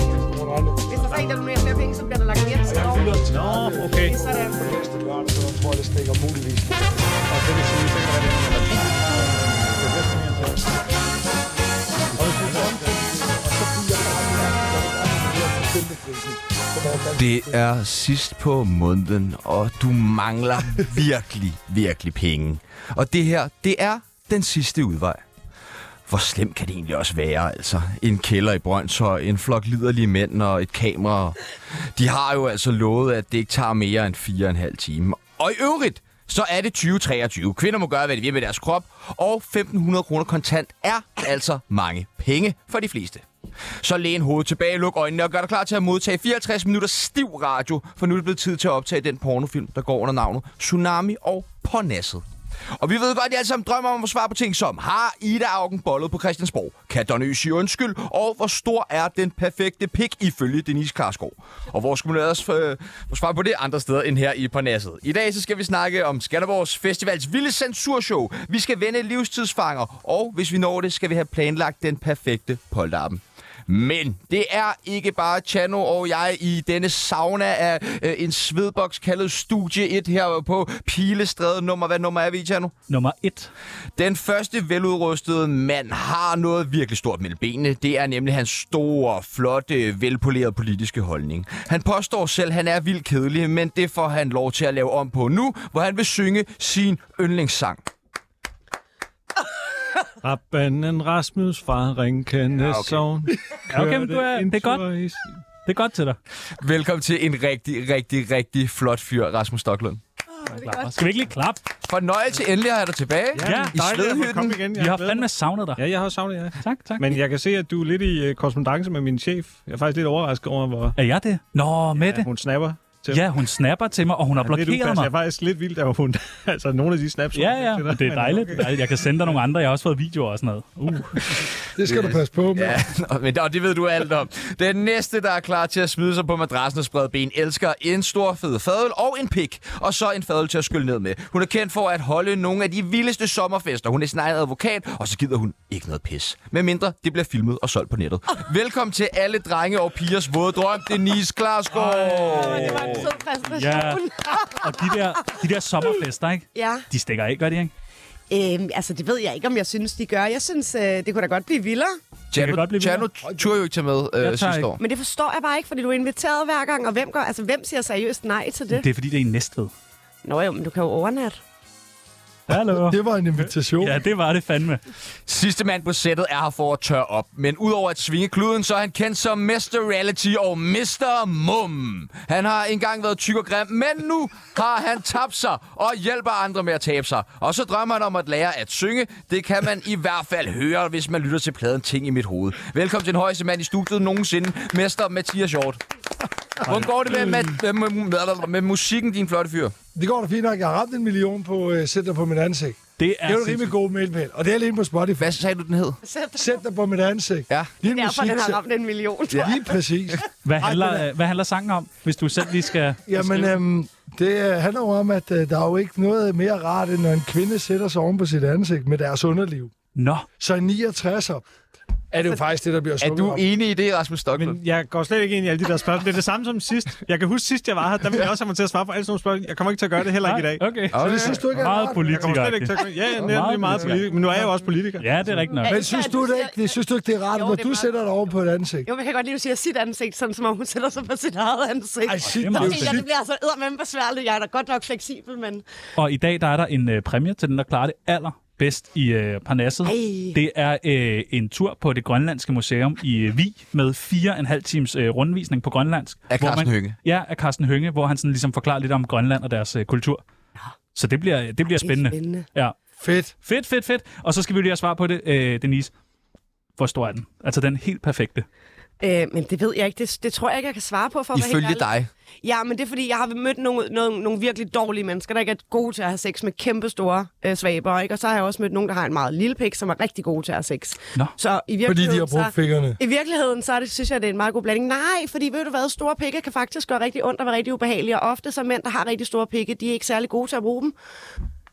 farligt. Hvis der så er en, der donerer flere penge, så bliver der lagt mere til skoven. Nå, okay. Det er sådan. Det næste, du har, så tror jeg, det stikker muligvis. Og det vil sige, så kan det være, det er en Det er bedst, at jeg tager. Og det er Det er sidst på måneden, og du mangler virkelig, virkelig penge. Og det her, det er den sidste udvej. Hvor slemt kan det egentlig også være, altså? En kælder i Brøndshøj, en flok liderlige mænd og et kamera. De har jo altså lovet, at det ikke tager mere end fire og en halv time. Og i øvrigt, så er det 2023. Kvinder må gøre, hvad de vil med deres krop, og 1.500 kroner kontant er altså mange penge for de fleste. Så læn hovedet tilbage, luk øjnene og gør dig klar til at modtage 54 minutter stiv radio, for nu er det blevet tid til at optage den pornofilm, der går under navnet Tsunami og Pornasset. Og vi ved godt, at I alle sammen drømmer om at svare på ting som, har Ida Augen bollet på Christiansborg? Kan Don Øsig undskyld? Og hvor stor er den perfekte pik ifølge Denise Klarskov? Og hvor skulle man ellers øh, få svar på det andre steder end her i Parnasset? I dag så skal vi snakke om Skanderborgs Festivals vilde censurshow. Vi skal vende livstidsfanger, og hvis vi når det, skal vi have planlagt den perfekte polterappen. Men det er ikke bare Chano og jeg i denne sauna af øh, en svedboks kaldet Studie 1 her på Pilestræde nummer. Hvad nummer er vi i, Chano? Nummer et. Den første veludrustede mand har noget virkelig stort mellem benene. Det er nemlig hans store, flotte, velpolerede politiske holdning. Han påstår selv, at han er vildt kedelig, men det får han lov til at lave om på nu, hvor han vil synge sin yndlingssang. Rabanden Rasmus fra Ringkende ja, okay. okay. Sogn. Ja, okay, men du er- kørte en det er godt. tur i sin- Det er godt til dig. Velkommen til en rigtig, rigtig, rigtig flot fyr, Rasmus Stocklund. Skal vi ikke lige klappe? Fornøjelse endelig at have dig tilbage. Ja, Dejligt I at få svedhytten. komme igen. Jeg Vi har glædet fandme savnet dig. mig. Ja, jeg har savnet jer. Tak, tak. Men jeg kan se, at du er lidt i korrespondence med min chef. Jeg er faktisk lidt overrasket over, hvor Er jeg det? Nå, Mette. at hun snapper til Ja, hun snapper til mig, og hun har Ja, lidt blokeret upassende. mig. Jeg er faktisk lidt vildt, at hun... altså, nogle af de snaps... Ja, hun ja, til dig. men det er Men dejligt. det er okay. dejligt. Jeg kan sende dig nogle andre. Jeg har også fået videoer og sådan noget. Uh. Det skal du passe på med. Ja, nå, men og det ved du alt om. Den næste, der er klar til at smide sig på madrassen og sprede ben, elsker en stor fed fadøl og en pik, og så en fadøl til at skylle ned med. Hun er kendt for at holde nogle af de vildeste sommerfester. Hun er sin egen advokat, og så gider hun ikke noget pis. Med mindre det bliver filmet og solgt på nettet. Velkommen til alle drenge og pigers våde drøm, Denise Klarskov. Det var en sød Ja. præsentation. Og de der, de der sommerfester, ikke? Ja. De stikker af, gør de ikke? Øhm, altså, det ved jeg ikke, om jeg synes, de gør. Jeg synes, øh, det kunne da godt blive vildere. kan Tjerno, godt blive Tjerno turde jo ikke tage med øh, tager sidste ikke. år. Men det forstår jeg bare ikke, fordi du er inviteret hver gang, og hvem, gør, altså, hvem siger seriøst nej til det? Det er fordi, det er i Næstved. Nå jo, men du kan jo overnatte. Hallo. Det var en invitation. Ja, det var det fandme. Sidste mand på sættet er her for at tørre op, men udover at svinge kluden, så er han kendt som Mr. Reality og Mr. Mum. Han har engang været tyk og grim, men nu har han tabt sig og hjælper andre med at tabe sig. Og så drømmer han om at lære at synge. Det kan man i hvert fald høre, hvis man lytter til pladen Ting i mit hoved. Velkommen til den højeste mand i studiet nogensinde, Mester Mathias Hjort. Hvordan går det med, med, med, med, med, med musikken, din flotte fyr? Det går da fint nok. Jeg har ramt en million på øh, Sæt dig på mit ansigt. Det Det er, er jo en sindssygt. rimelig god mailpæl. Og det er alene på Spotify. Hvad sagde du, den hed? Sæt dig på mit ansigt. Ja. Lige Derfor den har ramt en million. Ja. Lige præcis. Hvad handler, hvad handler sangen om, hvis du selv lige skal... Jamen, øhm, det øh, handler jo om, at øh, der er jo ikke noget mere rart, end når en kvinde sætter sig oven på sit ansigt med deres underliv. øh- Nå, Så i 69'er er det jo faktisk det, der bliver Er sunget du om. enig i det, Rasmus Stocklund? Men jeg går slet ikke ind i alle de der spørgsmål. Det er det samme som sidst. Jeg kan huske sidst, jeg var her, der ville jeg også have mig til at svare på alle sådan nogle spørgsmål. Jeg kommer ikke til at gøre det heller ikke i dag. nej, okay. Så det synes du ikke er Meget rart? Jeg kommer slet ikke til politiker. at gøre Ja, jeg er nemlig meget politiker. Men nu er jeg jo også politiker. Ja, det er rigtigt nok. Men synes du, det ikke, det, synes du ikke, det er rart, Jo, når det er du meget sætter dig over på et ansigt? Jo, men jeg kan godt lide, at du siger sit ansigt, sådan som om hun sætter sig på sit eget ansigt. Ej, shit, det er det er meget jo Tænker jeg, det sygt. bliver altså eddermame besværligt. Jeg er da godt nok fleksibel, men... Og i dag, der er der en øh, præmie til den, der klarer det allerbedst i øh, Parnasset. Ej. Det er øh, en tur på det grønlandske museum i øh, Vig med fire og en halv times øh, rundvisning på grønlandsk. Af hvor Carsten man- Hønge. Ja, af Carsten Hønge, hvor han sådan ligesom forklarer lidt om Grønland og deres øh, kultur. Så det bliver, det bliver spændende. spændende. Ja. Fedt. Fedt, fedt, fedt. Og så skal vi lige have svar på det, øh, Denise. Hvor stor er den? Altså den helt perfekte. Øh, men det ved jeg ikke. Det, det tror jeg ikke, jeg kan svare på, for at være helt Ifølge ærlig. dig. Ja, men det er, fordi jeg har mødt nogle, nogle, nogle virkelig dårlige mennesker, der ikke er gode til at have sex med kæmpe store øh, svaber. Ikke? Og så har jeg også mødt nogen, der har en meget lille pik, som er rigtig gode til at have sex. Nå. Så i Fordi virkeligheden, de har brugt så, fingrene. i virkeligheden, så er det, synes jeg, det er en meget god blanding. Nej, fordi ved du hvad, store pikke kan faktisk gøre rigtig ondt og være rigtig ubehagelige. Og ofte så mænd, der har rigtig store pikke, de er ikke særlig gode til at bruge dem.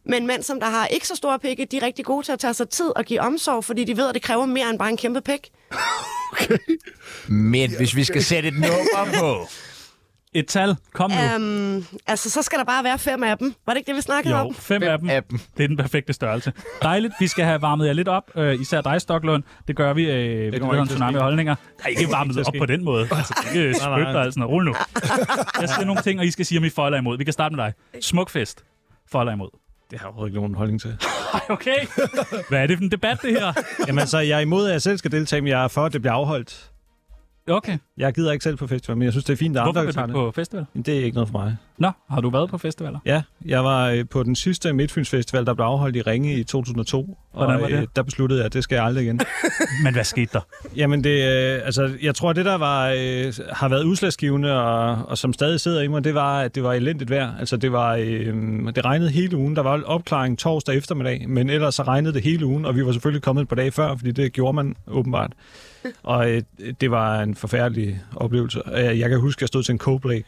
Men mænd, som der har ikke så store pikke, de er rigtig gode til at tage sig tid og give omsorg, fordi de ved, at det kræver mere end bare en kæmpe pik. Men hvis vi skal sætte et nummer på... Et tal. Kom nu. Um, altså, så skal der bare være fem af dem. Var det ikke det, vi snakkede Jo, om? fem, fem af, dem. af dem. Det er den perfekte størrelse. Dejligt. Vi skal have varmet jer lidt op. Øh, især dig, Stoklund. Det gør vi øh, ved det kommer her ikke til at tsunami ske. holdninger. Der er ikke varmet til at op ske. på den måde. Altså, det er ikke Nej, nej. spyt dig, altså. noget. Rul nu. Jeg skal nogle ting, og I skal sige, om I for eller imod. Vi kan starte med dig. Smukfest. For eller imod. Det har jeg overhovedet ikke nogen holdning til. Ej, okay. Hvad er det for en debat, det her? Jamen så jeg er imod, at jeg selv skal deltage, men jeg er for, at det bliver afholdt. Okay. Jeg gider ikke selv på festival, men jeg synes, det er fint, at Hvorfor andre vil tager du det. på festival? Men Det er ikke noget for mig. Nå, har du været på festivaler? Ja, jeg var øh, på den sidste Midtfyns Festival, der blev afholdt i Ringe i 2002. Hvordan var og, øh, det? der besluttede jeg, at det skal jeg aldrig igen. Men hvad skete der? Jamen, det, øh, altså, jeg tror, det, der var, øh, har været udslagsgivende, og, og som stadig sidder i mig, det var, at det var elendigt vejr. Altså, det, var, øh, det regnede hele ugen. Der var opklaring torsdag eftermiddag, men ellers så regnede det hele ugen, og vi var selvfølgelig kommet et par dage før, fordi det gjorde man åbenbart. Og øh, det var en forfærdelig oplevelse. Øh, Jeg kan huske, at jeg stod til en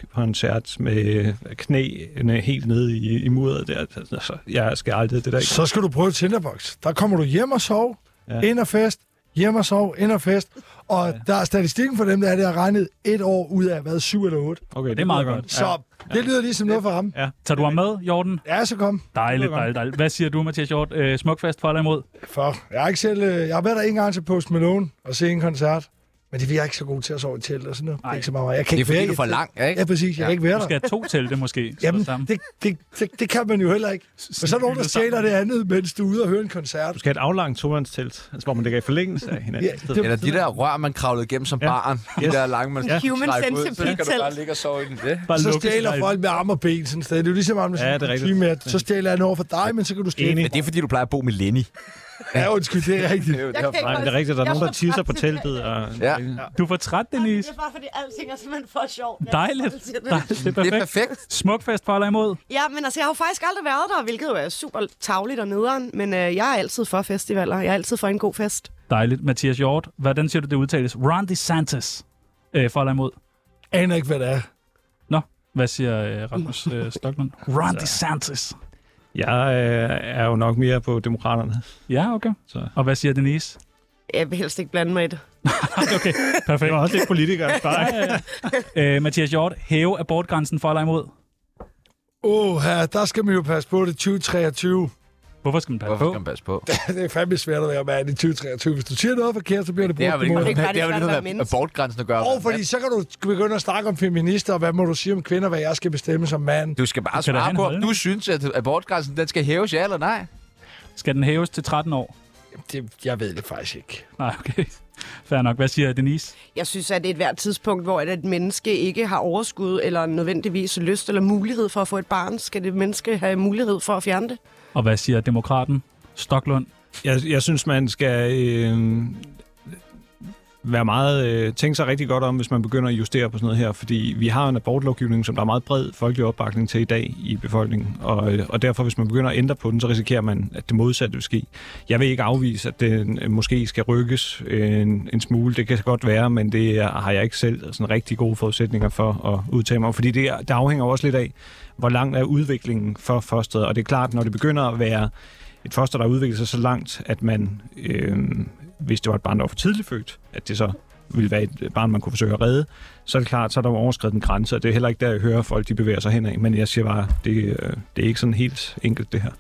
Coldplay-koncert med knæene helt nede i, i mudderet der. Altså, jeg skal aldrig det der. Så skal du prøve Tinderbox. Der kommer du hjem og sov, Ja. ja. ind og fest, hjem og sov, ind og fest. Og ja. der er statistikken for dem, der er det har regnet et år ud af, hvad, syv eller otte. Okay, det, er meget lyder godt. Så ja. det lyder ligesom noget for ham. Ja. Tager du ham med, Jorden? Ja, så kom. Dejligt, dejligt, dejligt. Hvad siger du, Mathias Hjort? Øh, smukfest for eller imod? For jeg har ikke selv... øh, Jeg har været der en gang til Post Malone og se en koncert. Men det er jeg ikke så god til at sove i telt og sådan noget. Det er ikke så meget. Jeg kan Det er ikke være fordi, i du er et for telt. lang, ikke? Ja, præcis. Jeg kan ikke være Du der. skal have to telte, måske. Jamen, Jamen, sammen. det, det, det, det, kan man jo heller ikke. Men så er der nogen, der stjæler det andet, mens du er ude og høre en koncert. Du skal have et aflangt tomandstelt, altså, hvor man ligger i forlængelse af hinanden. Ja, det, det- Eller de der rør, man kravlede igennem som barn. De der lange, man Ja. skulle Human strække ud, Så kan du centipede-telt. bare ligge og sove i den. Det. Bare Så lukke stjæler sig. folk med arm og ben sådan et sted. Det er jo ligesom, at man Ja, det er rigtigt. med, at så stjæler han over for dig, men så kan du stjæle. Enig. Men det er, fordi du plejer at bo med Lenny. Det Ja, undskyld, det er rigtigt. er jo Jeg derfor. kan ikke Nej, men det er rigtigt, der er Jeg nogen, der får tisser på faktisk det. teltet. Og... Ja. Du er for træt, Denise. bare, fordi alting er simpelthen for sjovt. Dejligt. Dejligt. Det er Det er perfekt. perfekt. Smukfest for eller imod? Ja, men altså, jeg har jo faktisk aldrig været der, hvilket jo er super tavligt og nederen. Men øh, jeg er altid for festivaler. Jeg er altid for en god fest. Dejligt. Mathias Hjort, hvordan siger du, det udtales? Ron DeSantis. Øh, for eller imod? Aner ikke, hvad det er. Nå, hvad siger øh, Rasmus øh, Stockmann? Ron DeSantis. Jeg øh, er jo nok mere på demokraterne. Ja, okay. Så. Og hvad siger Denise? Jeg vil helst ikke blande mig i det. Okay, perfekt. Jeg er også lidt politiker. Bare. øh, Mathias Hjort, hæve abortgrænsen for eller imod? Åh, her, der skal man jo passe på det er 2023. Hvorfor skal man passe Hvorfor på? skal man passe på? Det er fandme svært at være mand i 2023. Hvis du siger noget forkert, så bliver det Det har brugt vel ikke imod. noget, dig. ikke bare det har det, vel at være ikke noget med menneske. abortgrænsen at gøre. Og fordi så kan du begynde at snakke om feminister, og hvad må du sige om kvinder, hvad jeg skal bestemme som mand. Du skal bare kan da have svare en på, om holdning. du synes, at abortgrænsen den skal hæves, ja eller nej. Skal den hæves til 13 år? Det, jeg ved det faktisk ikke. Nej, okay. Fair nok. Hvad siger Denise? Jeg synes, at det er et hvert tidspunkt, hvor et- et menneske ikke har overskud eller nødvendigvis lyst eller mulighed for at få et barn. Skal det menneske have mulighed for at fjerne det? Og hvad siger demokraten? Stoklund. Jeg, jeg synes, man skal øh, være meget, øh, tænke sig rigtig godt om, hvis man begynder at justere på sådan noget her. Fordi vi har en abortlovgivning, som der er meget bred folkelig opbakning til i dag i befolkningen. Og, øh, og derfor, hvis man begynder at ændre på den, så risikerer man, at det modsatte vil ske. Jeg vil ikke afvise, at den øh, måske skal rykkes øh, en, en smule. Det kan godt være, men det er- har jeg ikke selv sådan rigtig gode forudsætninger for at udtale mig om. Fordi det, er- det afhænger jo også lidt af, hvor langt er udviklingen for fosteret. Og det er klart, når det begynder at være et foster, der udvikler sig så langt, at man, øh, hvis det var et barn, der var for tidligt født, at det så ville være et øh, barn, man kunne forsøge at redde, så er det klart, så er der jo overskrevet en grænse, og det er heller ikke der, jeg hører folk, de bevæger sig henad. Men jeg siger bare, det, øh, det er ikke sådan helt enkelt, det her.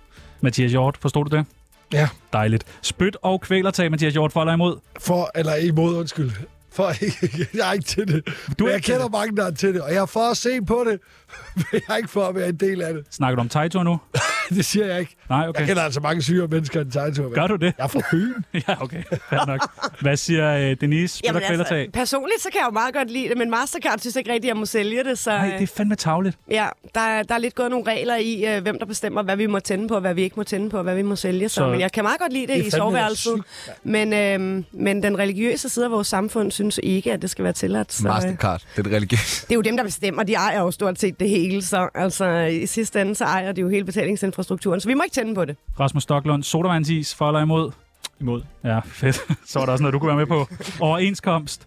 Mathias Hjort, forstod du det? Ja. Dejligt. Spyt og kvælertag, Mathias Hjort, for eller imod? For, eller imod, undskyld. For, jeg er ikke til det. er Du Men jeg ikke til kender mange, der er til det, og jeg er for at se på det, men jeg er ikke for at være en del af det. Snakker du om Taito nu? Det siger jeg ikke. Nej, Jeg okay. kender altså mange syge mennesker i en tegntur. Gør du det? Jeg er fra Fyn. Ja, okay. Fair nok. Hvad siger øh, Denise? Spyt og altså, altså, kvælertag? personligt så kan jeg jo meget godt lide det, men Mastercard synes ikke rigtigt, at jeg må sælge det. Så, Nej, øh, det er fandme tavligt. Ja, der, er- der er lidt gået nogle regler i, øh, hvem der bestemmer, hvad vi må tænde på, og hvad vi ikke må tænde på, og hvad vi må sælge. Så, Så- så men jeg kan meget godt lide det, Det er i fandme soveværelset. Men, øh, men den religiøse side af vores samfund synes ikke, at det skal være tilladt. Så, øh, Mastercard, den religiøse. det er jo dem, der bestemmer. De ejer jo stort set det hele. Så altså, i sidste ende, så ejer de jo hele betalingsinfrastrukturen. Så vi må ikke tænde på det. Rasmus Stoklund, sodavandsis, for eller imod? Imod. Ja, fedt. Så var der også noget, du kunne være med på. Overenskomst.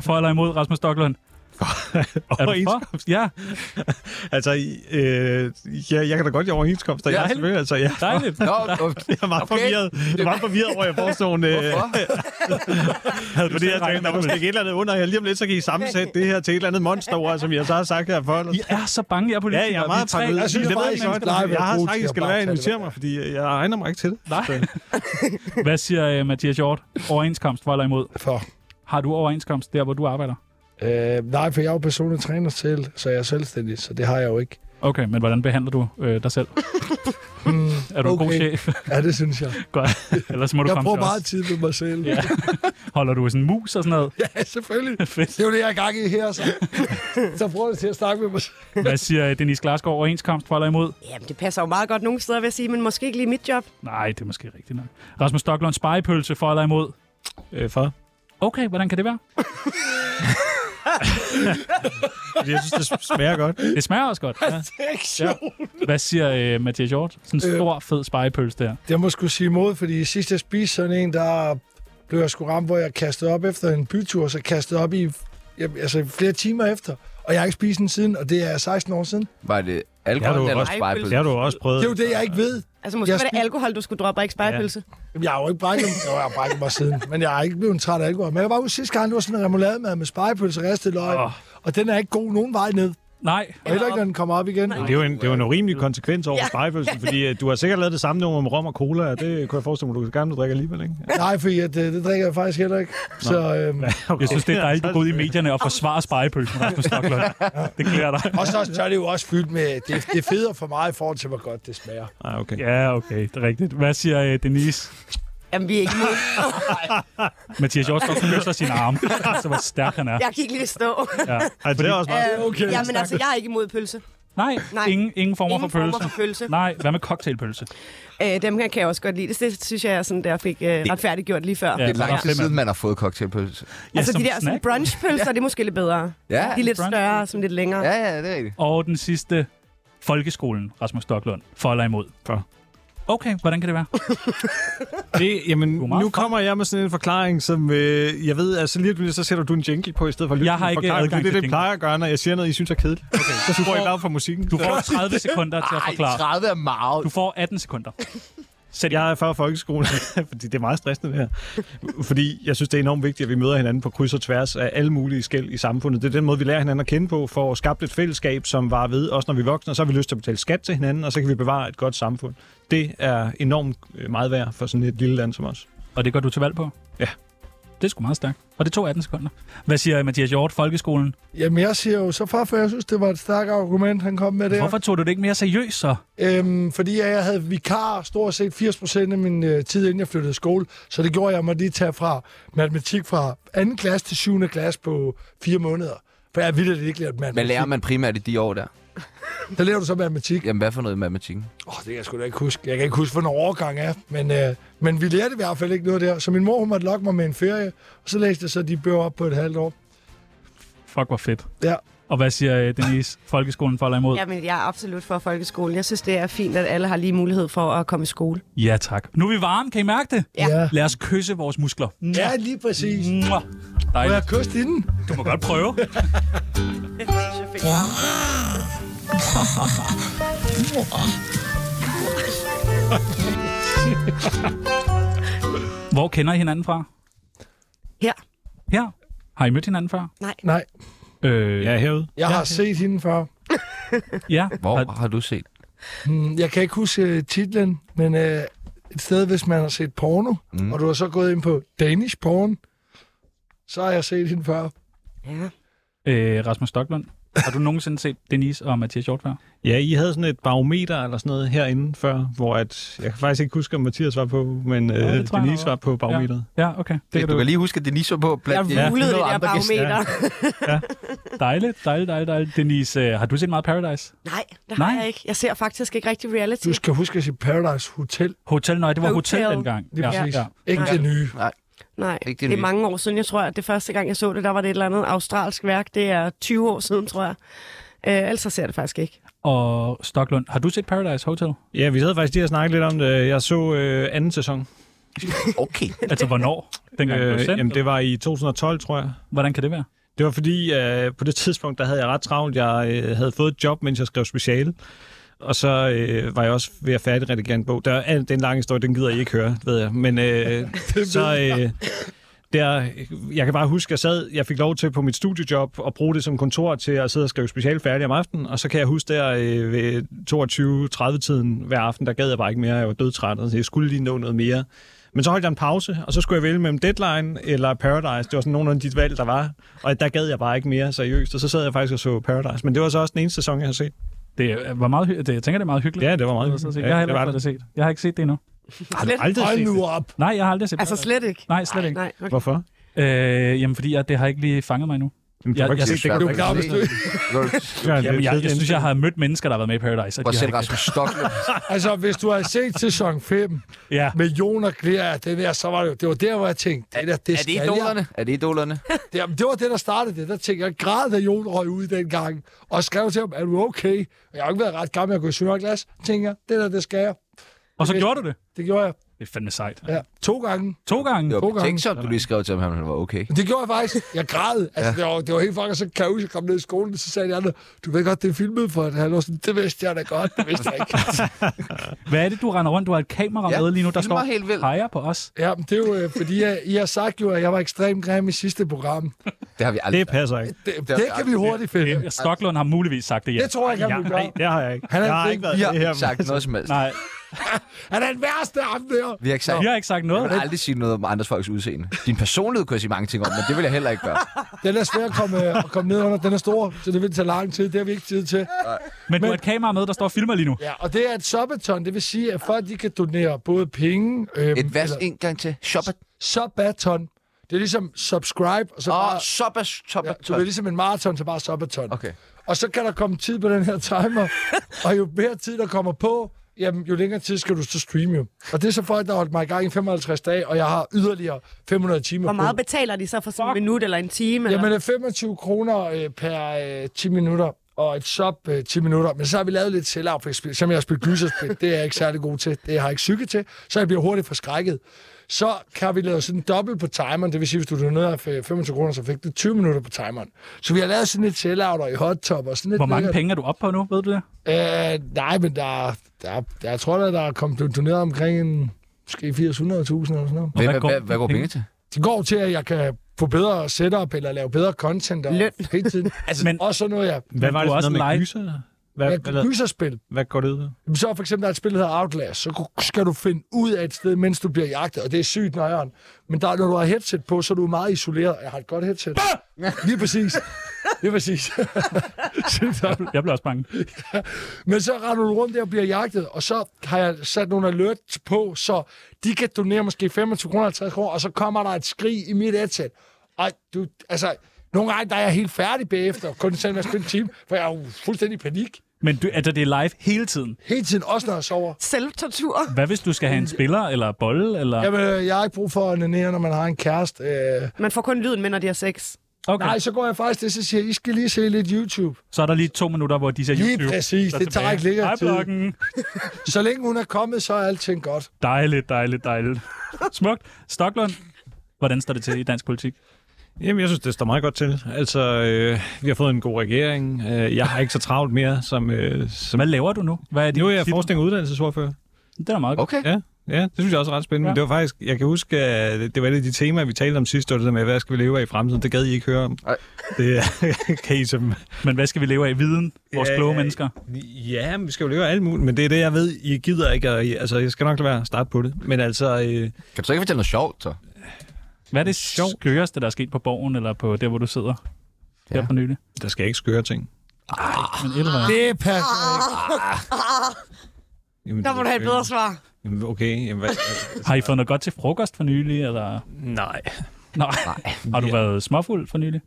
For eller imod, Rasmus Stoklund? Er du for? Ja, Altså, i- øh, ja, jeg kan da godt lide overenskomster. Ja, Ja, jeg, er selvfølgelig, altså, jeg, dejligt. Nå, okay. jeg er meget Okay. okay. forvirret. Jeg er meget forvirret over, at jeg får sådan nogle... Øh, Hvorfor? Havde du fordi jeg tænkte, der er måske ikke et eller andet under her. Lige om lidt, så kan I sammensætte det her til et eller andet monsterord, som jeg så har sagt her for. I er så bange, jeg er Ja, politikere. jeg er Vi meget tre- pakket Altså, ud. Jeg synes Det ved bare, jeg I ikke godt. skal pleje med Jeg har at bruge sagt, at til I at skal bare lade være at tage det invitere væk. mig, fordi jeg egner mig ikke til det. Nej. Hvad siger uh, Mathias Hjort? Overenskomst for eller imod? For. Har du overenskomst der, hvor du arbejder? Øh, nej, for jeg er jo personlig træner selv, så jeg er selvstændig, så det har jeg jo ikke. Okay, men hvordan behandler du øh, dig selv? Hmm, er du en god okay. chef? Ja, det synes jeg. Godt. Ellers må du Jeg komme bruger til os. meget tid med mig selv. Ja. Ja, Holder du sådan en mus og sådan noget? ja selvfølgelig. Fedt. Det er jo det, jeg er i gang i her, så, så bruger jeg det til at snakke med mig selv. Hvad siger øh, Dennis Glasgaard? Overenskomst for eller imod? Jamen, det passer jo meget godt nogle steder, vil jeg sige, men måske ikke lige mit job. Nej, det er måske rigtigt nok. Rasmus Stocklund, spejepølse for eller imod? Øh, for? Okay, hvordan kan det være? Fordi jeg synes, det smager godt. Det smager også godt. Ja. Ja. Hvad siger øh, Mathias Hjort? Sådan en Øh. stor, fed spejepølse der. Jeg må skulle sige imod, fordi sidst jeg spiste sådan en, der blev jeg sgu ramt, hvor jeg kastede op efter en bytur, så kastede op i jeg, altså, flere timer efter. Og jeg har ikke spist den siden, og det er 16 år siden. Var det Ja, du alkohol er eller også- Det spejpølse? har du også prøvet. Det er jo det, jeg ikke ved. Altså, måske Jeg var det spiser- alkohol, du skulle droppe, og ikke spejlpølse. Ja. Jamen, Jeg har jo ikke brækket mig. Jo, jeg har brækket mig siden, men jeg har ikke blevet træt af alkohol. Men jeg var ude sidste gang, det var sådan en remoulade med spejepølse og ristet løg. Åh. Oh. Og den er ikke god nogen vej ned. Nej, Og heller ikke, når den kommer op igen. Det er jo en, det er jo en urimelig konsekvens over ja. spejfølsen, fordi øh, du har sikkert lavet det samme nummer med rom og cola, og det kunne jeg forestille mig, du gerne vil drikke alligevel, ikke? Nej, for det, det drikker jeg faktisk heller ikke. Så, øhm, jeg synes, det er dejligt, at gå ud i medierne og forsvare spejepølsen, Rasmus Stocklund. Det klæder dig. og så, så er det jo også fyldt med... Det, det er federe for mig i forhold til, hvor godt det smager. Ah, okay. Ja, okay, det er rigtigt. Hvad siger øh, Denise? Jamen, vi er ikke imod. Mathias Hjort står og kysser sin arme. Altså, hvor stærk han er. Jeg kan ikke lige stå. Ja. Ej, det er også meget... Øh, okay. Jamen, altså, jeg er ikke imod pølse. Nej, Nej. Ingen, ingen former Ingen for former pølse. for pølse. Nej, hvad med cocktailpølse? Øh, dem her kan jeg også godt lide. Det, det synes jeg, er sådan, der fik øh, retfærdiggjort lige før. Ja, Ja, Det er lang Ja. tid siden, man har fået cocktailpølse. altså, som de der sådan snack. brunchpølser, det er måske lidt bedre. Ja, De er lidt brunch. større, som lidt længere. ja, ja, det er rigtigt. Og den sidste, folkeskolen, Rasmus Stocklund. For eller imod? For. Okay, hvordan kan det være? Det, jamen, er meget nu kommer jeg med sådan en forklaring, som øh, jeg ved, altså lige om lidt, så sætter du en jingle på, i stedet for at lytte Jeg har til en ikke forklaring. Det er adgang til det, det jingle. plejer at gøre, når jeg siger noget, I synes er kedeligt. Okay. Så skruer I bare for musikken. Du får 30 sekunder til at Ej, forklare. 30 er meget. Du får 18 sekunder. Sæt Jeg er før folkeskolen, fordi det er meget stressende det her. Fordi jeg synes, det er enormt vigtigt, at vi møder hinanden på kryds og tværs af alle mulige skæld i samfundet. Det er den måde, vi lærer hinanden at kende på, for at skabe et fællesskab, som var ved, også når vi voksne, og så har vi lyst til at betale skat til hinanden, og så kan vi bevare et godt samfund. Det er enormt øh, meget værd for sådan et lille land som os. Og det går du til valg på? Ja. Det er sgu meget stærkt. Og det tog 18 sekunder. Hvad siger Mathias Hjort, folkeskolen? Jamen, jeg siger jo så far, for jeg synes, det var et stærkt argument, han kom med der. Hvorfor tog du det ikke mere seriøst så? Øhm, fordi jeg havde vikar stort set 80% af min øh, tid, inden jeg flyttede i skole. Så det gjorde jeg mig lige tage fra matematik fra 2. klasse til 7. klasse på fire måneder. For jeg ville ikke lært matematik. Hvad lærer man primært i de år der? Der lærer du så matematik. Jamen, hvad for noget i matematikken? Åh, oh, det kan jeg sgu da ikke huske. Jeg kan ikke huske, hvornår overgang er. Men, øh, men vi lærte i hvert fald ikke noget der. Så min mor, hun måtte lokke mig med en ferie. Og så læste jeg så de bøger op på et halvt år. Fuck, hvor fedt. Ja. Og hvad siger øh, Denise, folkeskolen for eller imod? Jamen, jeg er absolut for folkeskolen. Jeg synes, det er fint, at alle har lige mulighed for at komme i skole. Ja, tak. Nu er vi varme, kan I mærke det? Ja. Ja, Lad os kysse vores muskler. ja lige præcis. Mwah. Må jeg Dejligt. kysse inden? Du må godt prøve. Hvor kender I hinanden fra? Her. Her. Har I mødt hinanden før? Nej, Øh, Ja, herude. jeg har set hende før. ja. Hvor Har- har du set? Mm, Jeg kan ikke huske øh, titlen, men øh, et sted, hvis man har set porno, Mm. mm. og du har så gået ind på Danish porn, så har jeg set hende før. Øh, Rasmus Stocklund, har du nogensinde set Denise og Mathias Hjort før? Ja, I havde sådan et barometer eller sådan noget herinde før, hvor at, jeg kan faktisk ikke huske, om Mathias var på, men tror øh, jeg, han Denise var. var på barometeret. Ja, okay. Det Det, kan du du. kan lige huske, at Denise var på blandt Jeg rullede det der andre gæster. barometer. Dejligt, dejligt, dejligt, dejligt. Denise, øh, har du set meget Paradise? Nej, det Nej. har jeg ikke. Jeg ser faktisk ikke rigtig reality. Du skal huske at sige Paradise Hotel. Hotel, nej, det var hotel, Hotel. hotel dengang. Det er ja, præcis. ja. Ja. Ikke Nej. det nye. Nej, Ikke ikke det det, det nye. er mange år siden. Jeg tror, at det første gang, jeg så det, der var det et eller andet australsk værk. Det er 20 år siden, tror jeg. Øh, ellers så ser jeg det faktisk ikke. Og Stocklund, har du set Paradise Hotel? Ja, vi havde faktisk lige og snakket lidt om det. Jeg så øh, anden sæson. Okay. Altså, hvornår? Dengang øh, Øh, blev sendt? jamen, det var i 2012, tror jeg. Hvordan kan det være? Det var fordi, øh, på det tidspunkt, der havde jeg ret travlt. Jeg øh, havde fået et job, mens jeg skrev speciale. Og så øh, var jeg også ved at færdigredigere en bog. Der er, det er en lang historie, den gider I ikke høre, ved jeg. Men øh, så... Øh, der, jeg kan bare huske, jeg sad, jeg fik lov til på mit studiejob at bruge det som kontor til at sidde og skrive special færdig om aftenen, og så kan jeg huske der øh, ved 22-30 tiden hver aften, der gad jeg bare ikke mere, jeg var dødtræt, og jeg skulle lige nå noget mere. Men så holdt jeg en pause, og så skulle jeg vælge mellem Deadline eller Paradise. Det var sådan nogle af de valg, der var. Og der gad jeg bare ikke mere seriøst, og så sad jeg faktisk og så Paradise. Men det var så også den eneste sæson, jeg har set. Det er- var meget, hy- det, jeg tænker, det er meget hyggeligt. Ja, det var meget Jeg, hyggeligt. jeg har Ja, heller det ikke var fået det set. Jeg har ikke set det endnu. Har du aldrig Hold set det? nu op. Nej, jeg har aldrig set Altså Paradise. slet ikke? Nej, slet ikke. Nej, okay. Hvorfor? Øh, jamen, fordi jeg, det har ikke lige fanget mig endnu. Jamen, du Jeg- var jeg- ikke set det det. du klar, hvis du- Jamen, jeg, jeg, synes, jeg har mødt mennesker, der har været med i Paradise. og Var de har selv ikke- Rasmus Stoklund. Altså, hvis du har set sæson 5 Ja. med Jon og Glea, det der, så var det jo, det var der, hvor jeg tænkte, det der, det Er det skal jeg. idolerne? Er det idolerne? Det, jamen, det var det, der startede det. Der tænkte jeg, græd, da Jon røg ud dengang, og skrev til ham, er du okay? Og Jeg har jo ikke været ret gammel, jeg kunne synge og glas. Tænker jeg, det der, det skal jeg. Og så gjorde du det. Det gjorde jeg. Det er fandme sejt. Ja, to gange. To gange. Det To var gange. tænksomt, du lige skrev til ham, at han var okay. Men Det gjorde jeg faktisk. Jeg græd. Altså, ja. det, var, det var helt fucking så kan jeg huske, jeg kom ned i skolen, så sagde de andre, du ved godt, det er filmet for, at han var sådan, det vidste jeg da godt, det vidste jeg ikke. Hvad er det, du render rundt? Du har et kamera Ja, med lige nu, der filmer står helt vildt. peger på os. ja, men det er jo, øh, fordi jeg, I har sagt jo, at jeg var ekstremt grim i sidste program. Det har vi aldrig. Det passer ikke. Det, det, det kan vi hurtigt finde. Øh, Stoklund har muligvis sagt det, ja. Det tror jeg ikke, han vil gøre. Det har jeg ikke. Han er jeg har ikke- ikke været Vi det her. har sagt noget som helst. Nej, Han er den værste, ham der. Vi har ikke sagt vi har ikke sagt Jeg noget. vil aldrig sige noget om andres folks udseende. Din personlighed kunne jeg sige mange ting om, men det vil jeg heller ikke gøre. Den er svær at komme, øh, at komme ned under. Den er stor, så det vil tage lang tid. Det har vi ikke tid til. Men du har et kamera med, der står og filmer lige nu. Ja, og det er et subaton. Det vil sige, at folk de kan donere både penge... Øh, Et vask en gang til. Shopper. Subaton. Det er ligesom subscribe, og så Åh, bare... shopper, shopper. Ja, så det er ligesom en maraton, så bare subaton. Okay. Og så kan der komme tid på den her timer, og jo mere tid, der kommer på, jamen, jo længere tid skal du så streame jo. Og det er så folk, der har holdt mig i gang i 55 dage, og jeg har yderligere 500 timer Hvor meget på. betaler de så for sådan en minut eller en time? Eller? Jamen, det er 25 kroner øh, per øh, 10 minutter, og et sub øh, 10 minutter. Men så har vi lavet lidt selvafspil, som jeg har spillet gyserspil. Det er jeg ikke særlig god til. Det har jeg ikke psyke til, så jeg bliver hurtigt forskrækket. Så kan vi lave sådan en dobbelt på timeren, det vil sige, hvis du donerede øh, 25 kroner, så fik du 20 minutter på timeren. Så vi har lavet sådan lidt sellouter i hot top og sådan lidt... Hvor mange lækkert. penge er du oppe på nu, ved du det? Øh, nej, men der, der, der, jeg tror, der, der er kommet blevet doneret omkring en, måske 400.000 eller sådan noget. Hvad, hvad hvad, går hvad, hvad går penge penge til? Det går til, at jeg kan få bedre setup eller lave bedre content og Løn. hele tiden. altså, Men- men... Også sådan noget, ja. Hvad var det du har for også noget med lejet- gyser? Hvad, Jeg hvad, gyserspil. hvad går det ud på? Jamen, Så for eksempel, der er et spil, der hedder Outlast. Så skal du finde ud af et sted, mens du bliver jagtet. Og det er sygt nøjeren. Men der, når du har headset på, så er du meget isoleret. Jeg har et godt headset. Lige præcis. Lige præcis. Sygt nok. Jeg bliver også bange. Men så render du rundt der og bliver jagtet, og så har jeg sat nogle alert på, så de kan donere måske 25 kroner, 50 kroner, og så kommer der et skrig i mit headset. Og du, altså, nogle gange der er jeg helt færdig bagefter, kun selv med at spille en time, for jeg er jo fuldstændig i panik. Men du, altså, det er live hele tiden. Hele tiden, også når jeg sover. Selvtortur? Hvad hvis du skal have en spiller eller bolle? Eller... Jamen, øh, jeg har ikke brug for at nære, når man har en kæreste. Øh, Man får kun lyden med, når de har sex. Okay, nej, så går jeg faktisk til, så siger jeg, I skal lige se lidt YouTube. så er der lige to minutter, hvor de ser Lige YouTube. præcis. Der Det tager tilbage. ikke længere Hej, tid. blokken. Så længe hun er kommet, så er alting godt. Dejligt, dejligt, dejligt. Smukt. Stoklund, hvordan står det til i dansk politik? Jamen, jeg synes, det står meget godt til. Altså, øh, vi har fået en god regering. Øh, jeg har ikke så travlt mere, som... Øh, som Hvad laver du nu? Hvad er din nu er jeg titel? forskning og uddannelsesordfører. Det er da meget godt. Okay. Ja, ja, det synes jeg også er ret spændende. Ja. Ja. Det var faktisk, jeg kan huske, at det var et af de temaer, vi talte om sidste år, det der med, hvad skal vi leve af i fremtiden? Det gad I ikke høre om. Nej. Det kan I som... Men hvad skal vi leve af i viden? Vores Ja, kloge ja. mennesker. Ja, men vi skal jo leve af alt muligt, men det er det, jeg ved, I gider ikke. Og I, altså, jeg skal nok lade være at starte på det. Men altså, øh, Kan du så ikke fortælle noget sjovt, så? Hvad er det skøreste, der er sket på borgen, eller på der, hvor du sidder? Ja. Her for nylig. der skal ikke skøre ting. Men et eller andet. Det passer ikke. Jamen, Der må du have et bedre svar. Jamen, okay, jamen, hvad, Har I fået noget godt til frokost for nylig? Eller? nej. Nej. Har du været småfuld for nylig?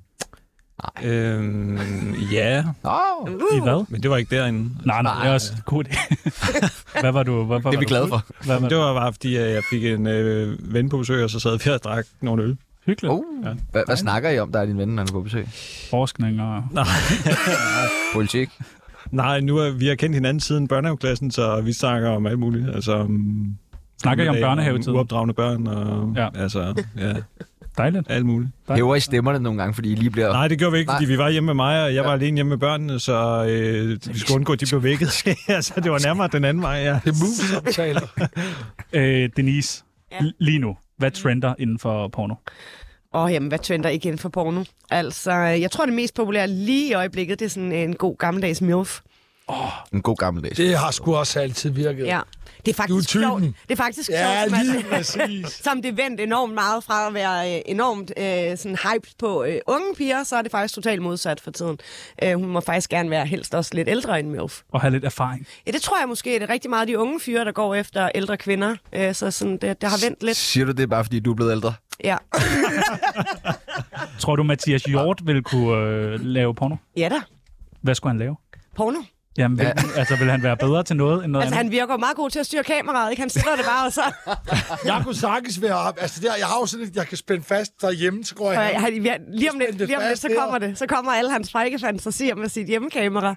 Øhm, ja, Oh, I Uh. hvad? men det var ikke derinde. Nej, nej, det er også en god idé. hvad var du? Hvad, hvad det er var vi glade du? for. Hvad var Jamen, det det? var bare, fordi øh, jeg fik en øh, ven på besøg, og så sad vi og drak nogle øl. Hyggeligt. Oh. Hvad, hvad snakker I om, der er din ven, når han er på besøg? Forskning og... Politik. Nej, nu er vi har kendt hinanden siden børnehaveklassen, så vi snakker om alt muligt. Altså, mm, Snakker I om gamle dage, børnehavetiden? Uopdragende børn og Ja. ja. altså, ja, Dejligt. alt muligt. Hæver i stemmerne nogle gange, fordi I lige bliver... Nej, det gjorde vi ikke, Nej. fordi vi var hjemme med mig, og jeg var alene hjemme med børnene, så øh, vi skulle undgå, at de blev vækket. altså, det var nærmere den anden vej, ja. Det er moves-samtaler. Øh, Denise, Ja. ja. lige nu, hvad trender inden for porno? Åh, jamen, hvad trender ikke inden for porno? Altså, jeg tror, det mest populære lige i øjeblikket, det er sådan en god gammeldags milf. En god gammeldags. Det har sgu også altid virket. Ja. Det er Du er faktisk typen. sjovt. Det er faktisk ja sjovt, som, lige er, præcis. som det vendt enormt meget fra at være øh, enormt øh, sådan hyped på øh, unge piger, så er det faktisk totalt modsat for tiden. Øh, hun må faktisk gerne være helst også lidt ældre end milf. Og have lidt erfaring. Ja, det tror jeg måske, det er rigtig meget de unge fyre, der går efter ældre kvinder. Øh, så sådan, det, det har vendt lidt. Siger du det bare, fordi du er blevet ældre? Ja, Tror du, Mathias Hjort vil kunne øh, lave porno? ja da. Hvad skulle han lave? Porno. Jamen, vil, ja. altså, vil han være bedre til noget end noget Altså, andet? han virker jo meget god til at styre kameraet, ikke? Han sætter det bare, og så... Jeg kunne sagtens være op. Altså, der, jeg har jo sådan et, jeg kan spænde fast derhjemme, så går jeg Og hen. han, ja, lige om lidt, Spænd det lige om lidt fast så der. kommer det. Så kommer alle hans frække fantasier med sit hjemmekamera.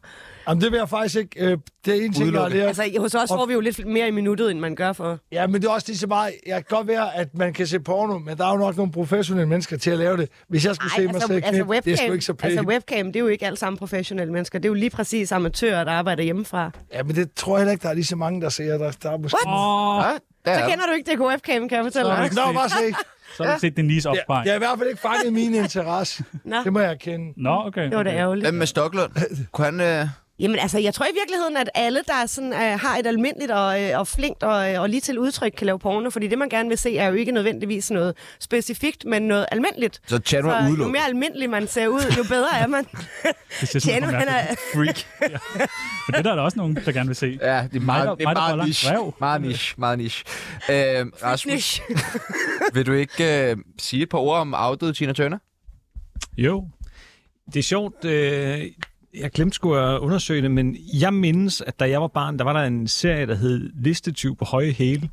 Jamen, det vil jeg faktisk ikke. øh, Det er en ting, jeg har Udelukke. lært. Altså, hos os får vi jo lidt mere i minuttet, end man gør for... Ja, men det er også lige så meget. Jeg kan godt være, at man kan se porno, men der er jo nok nogle professionelle mennesker til at lave det. Hvis jeg skulle se mig selv knip, det er sgu ikke så pænt. altså webcam, det er jo ikke alle sammen professionelle mennesker. Det er jo lige præcis amatører, der arbejder hjemmefra. Ja, men det tror jeg heller ikke, der er lige så mange, der ser. Der, der er måske... What? Åh, Ah, Ja, der Så kender du ikke DKF-cam, kan jeg fortælle dig. Nå, bare se. så har du set Denise Det, opsparing. det har i hvert fald ikke fanget min interesse. Nå. Det må jeg erkende. Nå, okay. Det var da ærgerligt. Hvem med Stoklund? Kunne han... Øh... Jamen altså, jeg tror i virkeligheden, at alle, der sådan, øh, har et almindeligt og, øh, og flinkt og, øh, og lige til udtryk, kan lave porno. Fordi det, man gerne vil se, er jo ikke nødvendigvis noget specifikt, men noget almindeligt. Så Chano er Så jo udelukket. mere almindelig man ser ud, jo bedre er man. Det ser sådan Tjano, ud han er... Freak. Men det der er der også nogen, der gerne vil se. Ja, det er Mig, der- meget, det mig, er der meget boller. niche. Rev. Meget niche, meget niche. Øhm, Rasmus, Nish. vil du ikke øh, sige et par ord om afdøde Tina Turner? Jo. Det er sjovt. Øh, jeg glemte sgu at undersøge det, men jeg mindes, at da jeg var barn, der var der en serie, der hed Listetyv på høje hæle,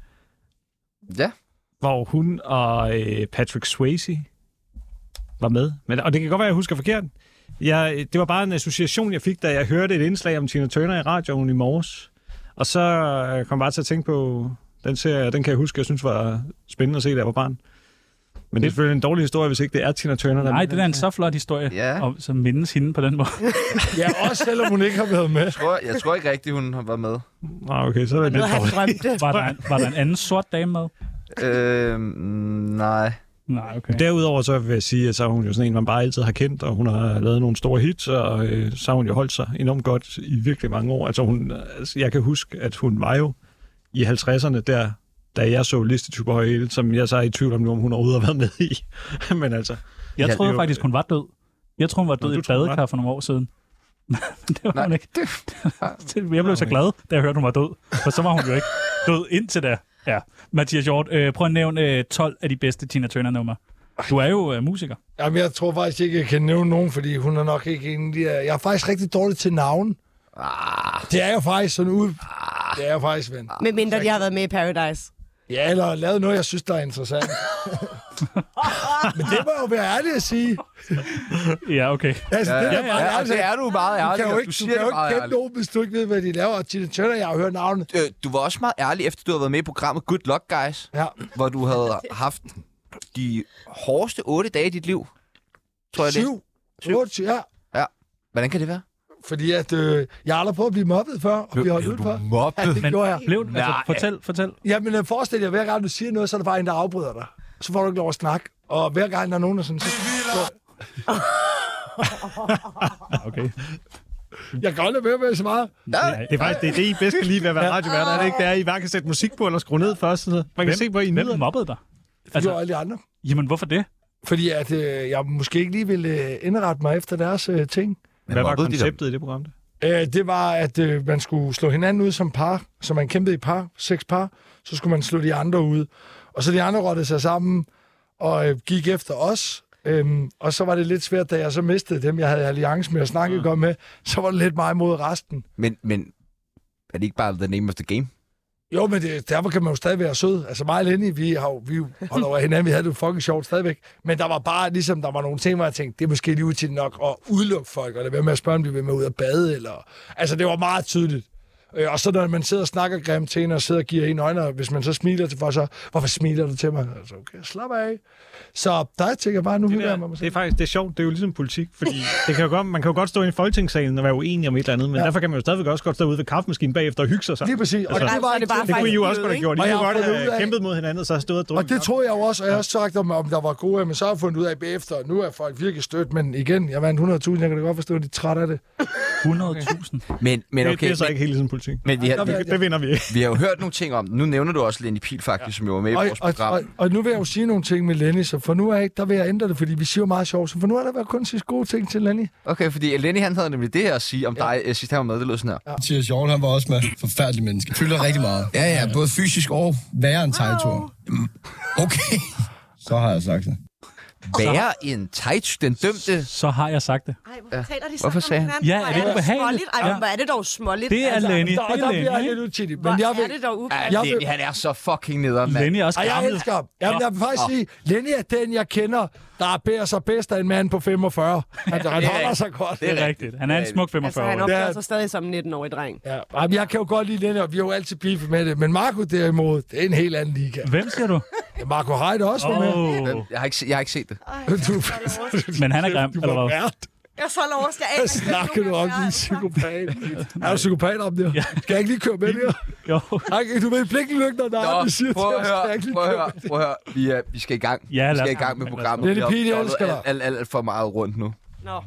Ja. hvor hun og øh, Patrick Swayze var med. Men, og det kan godt være, at jeg husker forkert. Jeg, det var bare en association, jeg fik, da jeg hørte et indslag om Tina Turner i radioen i morges. Og så øh, kom jeg bare til at tænke på den serie, og den kan jeg huske, jeg synes var spændende at se, da jeg var barn. Men det er selvfølgelig en dårlig historie, hvis ikke det er Tina Turner. der er med Nej, i det den der er en serie. så flot historie, Ja. og så mindes hende på den måde. Ja, også selvom hun ikke har været med. Jeg tror, jeg tror ikke rigtigt, hun har været med. Nej, okay, så er det lidt Noget, han dårligt. drømte. Var der, en, var der en anden sort dame med? Øhm, nej. Nej, okay. Derudover så vil jeg sige, at så er hun jo sådan en, man bare altid har kendt, og hun har lavet nogle store hits, og øh, så har hun jo holdt sig enormt godt i virkelig mange år. Altså, hun, altså jeg kan huske, at hun var jo i 50'erne der, da jeg så listetyper højhæle, som jeg så er i tvivl om nu, om hun overhovedet har været med i. Men altså, Jeg Ja, troede det er jo- faktisk, hun var død. Jeg troede, hun var død Nå, i du et troede, hun var- badekar for nogle år siden. Men det var Nej. hun ikke. Jeg blev så glad, da jeg hørte, hun var død. For så var hun jo ikke død indtil da. Ja. Mathias Hjort, øh, prøv at nævne øh, 12 af de bedste Tina Turner-numre. Du er jo øh, musiker. Jamen, jeg tror faktisk ikke, jeg kan nævne nogen, fordi hun er nok ikke en af de der... Jeg er faktisk rigtig dårlig til navn. Ah. Det er jeg faktisk sådan ud... Ah. Det er jeg faktisk, ven. Med mindre de har været med i Paradise. Ja, eller lavet noget, jeg synes, der er interessant. Men det må jeg jo være ærlig at sige. Ja, okay. Altså, ja, det er jeg ja, meget ja, ærlig. det er du meget Du ærlig, kan jo og ikke, du du siger kan jo det ikke meget kende ærligt. nogen, hvis du ikke ved, hvad de laver. Og Tina Turner, jeg har hørt navnet. Øh, Du var også meget ærlig, efter du havde været med i programmet Good Luck Guys, Ja. hvor du havde haft de hårdeste otte dage i dit liv. Tror jeg det. Syv. Otte, ja. Hvordan kan det være? Fordi at, øh, jeg har aldrig prøvet at blive mobbet før, og blive holdt ud for. mobbet? Ja, det gjorde jeg. Blev den? Altså, Nej. fortæl, fortæl. Jamen, øh, forestil jer, hver gang du siger noget, så er der bare en, der afbryder dig. Så får du ikke lov at snakke. Og hver gang der er nogen, der sådan... Så, Okay. jeg kan aldrig være med så meget. det er faktisk det, er det I bedst kan lide ved at være radiovært, er det ikke? Det er, I bare kan sætte musik på eller skrue ned først. Man kan se, hvor I nyder. Hvem mobbede dig? Det Altså- altså, gjorde alle de andre. Jamen, hvorfor det? Fordi at, øh, jeg måske ikke lige ville øh, indrette mig efter deres øh, ting. Hvad var konceptet i det program? Øh, det var, at øh, man skulle slå hinanden ud som par. Så man kæmpede i par, seks par. Så skulle man slå de andre ud. Og så de andre rottede sig sammen og øh, gik efter os. Øhm, og så var det lidt svært, da jeg så mistede dem, jeg havde alliance med og snakkede godt med. Så var det lidt mig mod resten. Men, men er det ikke bare the name of the game? Jo, men det, derfor kan man jo stadig være sød. Altså mig og Lenny, vi, har, jo- vi holder over hinanden, vi havde det jo fucking sjovt stadigvæk. Men der var bare, ligesom der var nogle ting, hvor jeg tænkte, det er måske lige ud til nok at udelukke folk, og det være med at spørge, om de vil med ud og bade, eller... Altså, det var meget tydeligt. Øh, og så når man sidder og snakker grimt til en, og sidder og giver en øjne, og hvis man så smiler til folk, så, hvorfor smiler du til mig? Altså, okay, slap af. Så der tænker jeg bare, nu hygger jeg mig. med mig det er selv. faktisk det er sjovt, det er jo ligesom politik, fordi det kan jo godt, man kan jo godt stå inde i Folketingssalen og være uenig om et eller andet, men ja. derfor kan man jo stadigvæk også godt stå ude ved kaffemaskinen bagefter og hygge sig sammen. Lige præcis. Og Altså, det var det bare Det kunne I jo også faktisk godt have blevet, ikke? gjort. I Og jeg kunne har godt fundet ud have af- kæmpet mod hinanden, og så have stået og drukket. Og det troede jeg jo også, og jeg har også sagt, om, om der var gode, men så har jeg fundet ud af bagefter, nu er folk virkelig stødt, men igen, jeg vandt 100.000, jeg kan da godt forstå, at de er trætte af det. 100.000. Men, men det, okay, det er så men, ikke helt ligesom politik. men vi, har, vi, Det vinder vi ikke. vi har jo hørt nogle ting om den. Nu nævner du også Lenny Pil faktisk, ja. som jo var med i Og, vores og, program. og, og, nu vil jeg jo sige nogle ting med Lenny, så for nu af, der vil jeg ændre det, fordi vi siger jo meget sjovt, så for nu har der været kun sidst gode ting til Lenny. Okay, fordi Lenny han havde nemlig det her at sige om dig, øh, sidst han var med, det lød sådan her. Mathias Jorn, han var også med. Forfærdelig menneske. Fylder rigtig meget. Ja, ja, både fysisk og værre en tegtur. Okay. Så har jeg sagt det. Være en tight, den dømte. Så har jeg sagt det. Ej, hvor taler de Hvorfor sammen sagde om han- hinanden? Hvor Ja, er dog småligt. Ej, det ubehageligt? Ja. hvor er det dog småligt. altså. Det er Lenny. Det Og, og er der bliver jeg Lenny. lidt ikke? utidig, Hvor men jeg er vil... det dog ubehageligt? Ja, Jeg Lenny, vil- han er så fucking nederen, mand. Lenny er også Ej, jeg gammel. elsker ham. Jamen, jeg vil faktisk sige, Lenny er den, jeg kender, der bærer sig bedst af en mand på 45. Altså, han Ja, holder sig godt. Det er rigtigt. Han er en smuk 45 Altså, han år. Det opfører er- sig stadig som en 19-årig dreng. Ja, ej, men jeg kan jo godt lide Lenny, og vi har jo altid beefet med det. Men Marco derimod, det er en helt anden liga. Hvem siger du? Ja, Marco Heidt også var med. Oh. Jeg har, ikke, se- jeg har ikke set det. Du, Men han er grim, du eller var hvad? vært. Jeg får lov at skal af. Hvad snakker du om, din psykopat? Er du psykopat om det? Skal jeg ikke lige køre med det her? Jo. Ej, du ved, blikken lygter, der Nå, er, det siger til prøv at os. Skal jeg høre, ikke lige prøv at køre høre, prøv at høre. Vi, er, vi skal i gang. Ja, vi lad os skal i gang komme. med Lad os programmet. komme. Vi har Lenny Pihl, jeg fjollet elsker dig. Alt, alt, alt for meget rundt nu. Nå.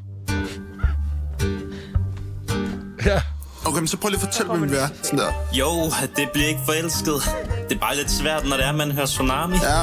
med? Ja. Okay, men så prøv lige at fortælle, hvem vi er. Sådan der. Jo, det bliver ikke forelsket. Det er bare lidt svært, når det er, man hører tsunami. Ja.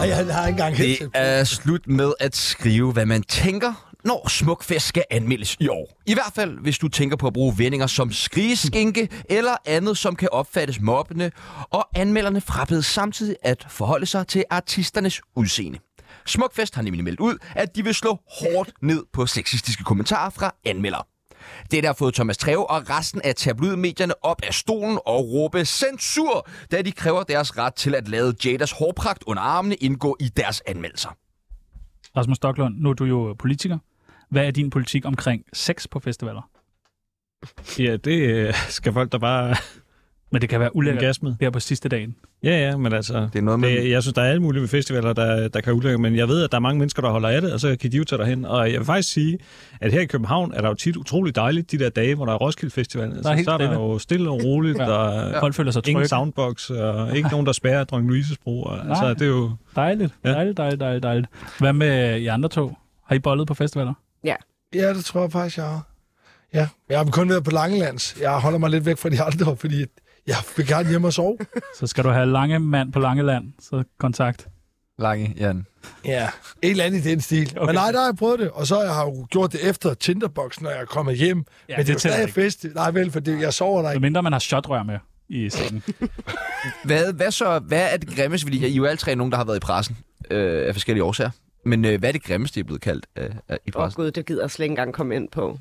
Ej, jeg har ikke engang helt Det er slut med at skrive, hvad man tænker, når smukfest skal anmeldes i år. I hvert fald, hvis du tænker på at bruge vendinger som skrigeskinke eller andet, som kan opfattes mobbende, og anmelderne frabedes samtidig at forholde sig til artisternes udseende. Smukfest har nemlig meldt ud, at de vil slå hårdt ned på sexistiske kommentarer fra anmeldere. Det der har fået Thomas Treve og resten af tabloidmedierne op af stolen og råbe censur, da de kræver deres ret til at lade Jadas hårpragt under armene indgå i deres anmeldelser. Rasmus Stocklund, nu er du jo politiker. Hvad er din politik omkring sex på festivaler? Ja, det øh, skal folk da bare Men det kan være have en ulækkert gas med. her på sidste dagen. Ja, ja, men altså... Det er noget med... Det, jeg synes, der er alle mulige ved festivaler, der, der kan ulykke, men jeg ved, at der er mange mennesker, der holder af det, og så kan de jo tage derhen. Og jeg vil faktisk sige, at her i København er der jo tit utrolig dejligt de der dage, hvor der er Roskilde Festival. Der er, helt så er der stille. jo stille og roligt, ja. og ja. Folk føler sig ingen trygge. soundbox, og ikke nogen, der spærrer Dronning Louise's bro. Og, altså, Altså, Nej. det er jo... Dejligt. Ja. Dejligt, dejligt, dejligt, dejligt. Hvad med jer andre to? Har I bollet på festivaler? Ja, det tror jeg faktisk, jeg har. Ja, jeg har kun været på Langelands. Jeg holder mig lidt væk fra de andre, fordi jeg vil gerne hjemme og sove. Så skal du have lange mand på lange land, så kontakt. Lange, Jan. Ja, et eller andet i den stil. Okay. Okay. Men nej, der har jeg prøvet det, og så har jeg jo gjort det efter Tinderbox, når jeg er kommet hjem. Ja, Men det, det tæller er stadig ikke. fest. Nej, vel, for det, jeg sover der Så ikke. mindre man har shotrør med i sengen. Hvad, hvad, så, hvad er det grimmeste? Fordi I er jo alle tre nogen, der har været i pressen øh, af forskellige årsager. Men øh, hvad er det grimmeste, I er blevet kaldt øh, af- i Åh oh, pressen? gud, det gider jeg slet ikke engang komme ind på.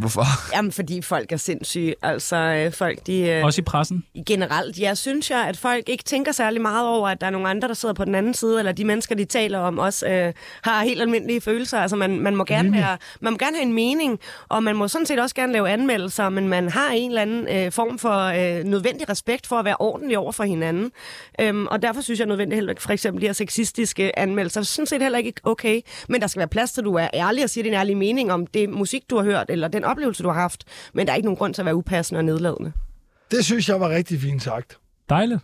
Hvorfor? Jamen, fordi folk er sindssyge. Altså, øh, folk, de... Øh, Også i pressen. generelt, jeg synes jeg, at folk ikke tænker særlig meget over, at der er nogle andre, der sidder på den anden side, eller de mennesker, de taler om, også øh, har helt almindelige følelser. Altså, man, man, må gerne være, man må gerne have en mening, og man må sådan set også gerne lave anmeldelser, men man har en eller anden øh, form for øh, nødvendig respekt for at være ordentlig over for hinanden. Øhm, og derfor synes jeg nødvendigt heller ikke, for eksempel de her sexistiske anmeldelser, sådan set heller ikke okay, men der skal være plads til, at du er ærlig og siger din ærlige mening om det musik, du har hørt, eller den oplevelse, du har haft, men der er ikke nogen grund til at være upassende og nedladende. Det synes jeg var rigtig fint sagt. Dejligt.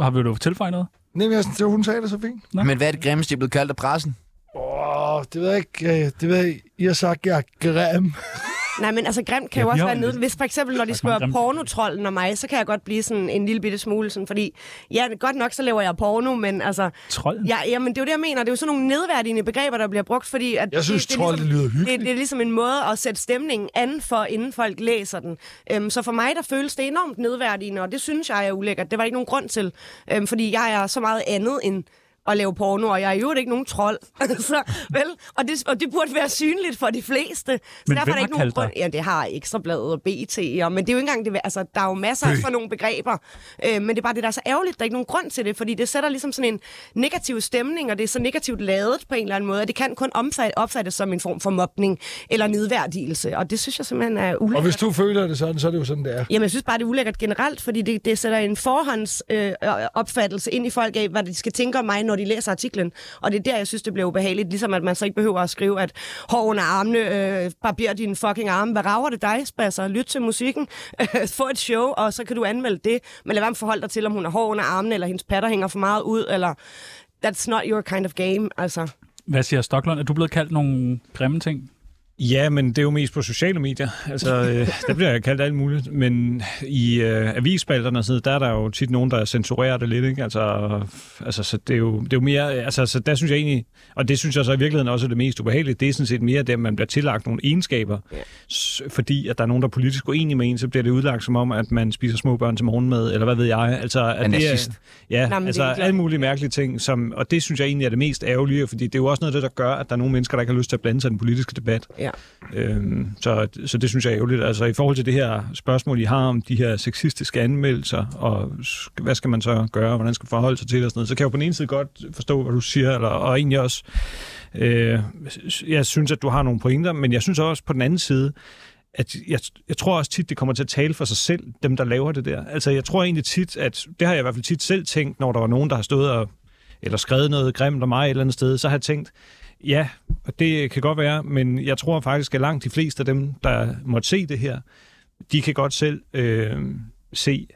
Har vi jo tilføje noget? Nemlig, jeg synes, det var- hun sagde det så fint. Nå. Men hvad er det grimmeste, I er blevet kaldt af pressen? Åh, det ved jeg ikke. øh, Det ved jeg ikke. I har sagt, jeg er grim. Nej, men altså grimt kan Ja, ja, jo vi også har være jo nede. lidt- Hvis for eksempel, når de skriver mange grimme- pornotrollen og mig, så kan jeg godt blive sådan en lille bitte smule sådan, fordi ja, godt nok så laver jeg porno, men altså, Trolden? ja, jamen det er jo det, jeg mener. Det er jo sådan nogle nedværdigende begreber, der bliver brugt, fordi at Jeg synes, det, trold, det lyder hyggeligt. det, det er ligesom en måde at sætte stemningen an for, inden folk læser den. Øhm, så for mig, der føles det enormt nedværdigende, og det synes jeg er ulækkert. Det var der ikke nogen grund til, øhm, fordi jeg er så meget andet end at lave porno, og jeg er jo ikke nogen trold. så, vel? Og, det, og det burde være synligt for de fleste. Så Men hvem er har kaldt grund- dig? Ja, det har Ekstrabladet og BT, og, men det er jo ikke engang det. Altså, der er jo masser af sådan nogle begreber, øh, men det er bare det, der er så ærgerligt. Der er ikke nogen grund til det, fordi det sætter ligesom sådan en negativ stemning, og det er så negativt lavet på en eller anden måde, og det kan kun omsat- opfattes som en form for mobning eller nedværdigelse, og det synes jeg simpelthen er ulækkert. Og hvis du føler det sådan, så er det jo sådan, det er. Jamen, jeg synes bare, det er ulækkert generelt, fordi det, det sætter en forhånds øh, opfattelse ind i folk af, hvad de skal tænke om mig, når de læser artiklen. Og det er der, jeg synes, det bliver ubehageligt. Ligesom at man så ikke behøver at skrive, at hår under armene, øh, barber din fucking arme, hvad rager det dig, spasser? Lyt til musikken, øh, få et show, og så kan du anmelde det. Men lad være med at forholde dig til, om hun har hår under armene, eller hendes patter hænger for meget ud, eller that's not your kind of game, altså. Hvad siger Stoklund? Er du blevet kaldt nogle grimme ting? Ja, men det er jo mest på sociale medier. Altså, øh, der bliver jeg kaldt alt muligt. Men i øh, avisspalterne og sådan noget, der er der jo tit nogen, der censurerer det lidt. Ikke? Altså, f- altså så det er, jo, det er jo mere... Altså, så der synes jeg egentlig... Og det synes jeg så i virkeligheden også er det mest ubehagelige. Det er sådan set mere det, at man bliver tillagt nogle egenskaber. S- fordi at der er nogen, der er politisk uenige med en, så bliver det udlagt som om, at man spiser små børn til morgenmad, eller hvad ved jeg. Altså, at Man er det nazist. Ja, men det er Jamen, altså ikke- alle mulige mærkelige ting, som, og det synes jeg egentlig er det mest ærgerlige, fordi det er jo også noget af det, der gør, at der er nogle mennesker, der ikke har lyst til at blande sig i den politiske debat. Ja. Øhm, så, så det synes jeg er ærgerligt. Altså i forhold til det her spørgsmål, I har om de her sexistiske anmeldelser, og sk- hvad skal man så gøre, hvordan skal man forholde sig til og sådan noget, så kan jeg jo på den ene side godt forstå, hvad du siger, eller, og egentlig også, øh, s- jeg synes, at du har nogle pointer, men jeg synes også på den anden side, at jeg, jeg tror også tit, det kommer til at tale for sig selv, dem der laver det der. Altså jeg tror egentlig tit, at det har jeg i hvert fald tit selv tænkt, når der var nogen, der har stået og eller skrevet noget grimt om mig et eller andet sted, så har jeg tænkt, ja, og det kan godt være, men jeg tror faktisk, at langt de fleste af dem, der måtte se det her, de kan godt selv øh, se,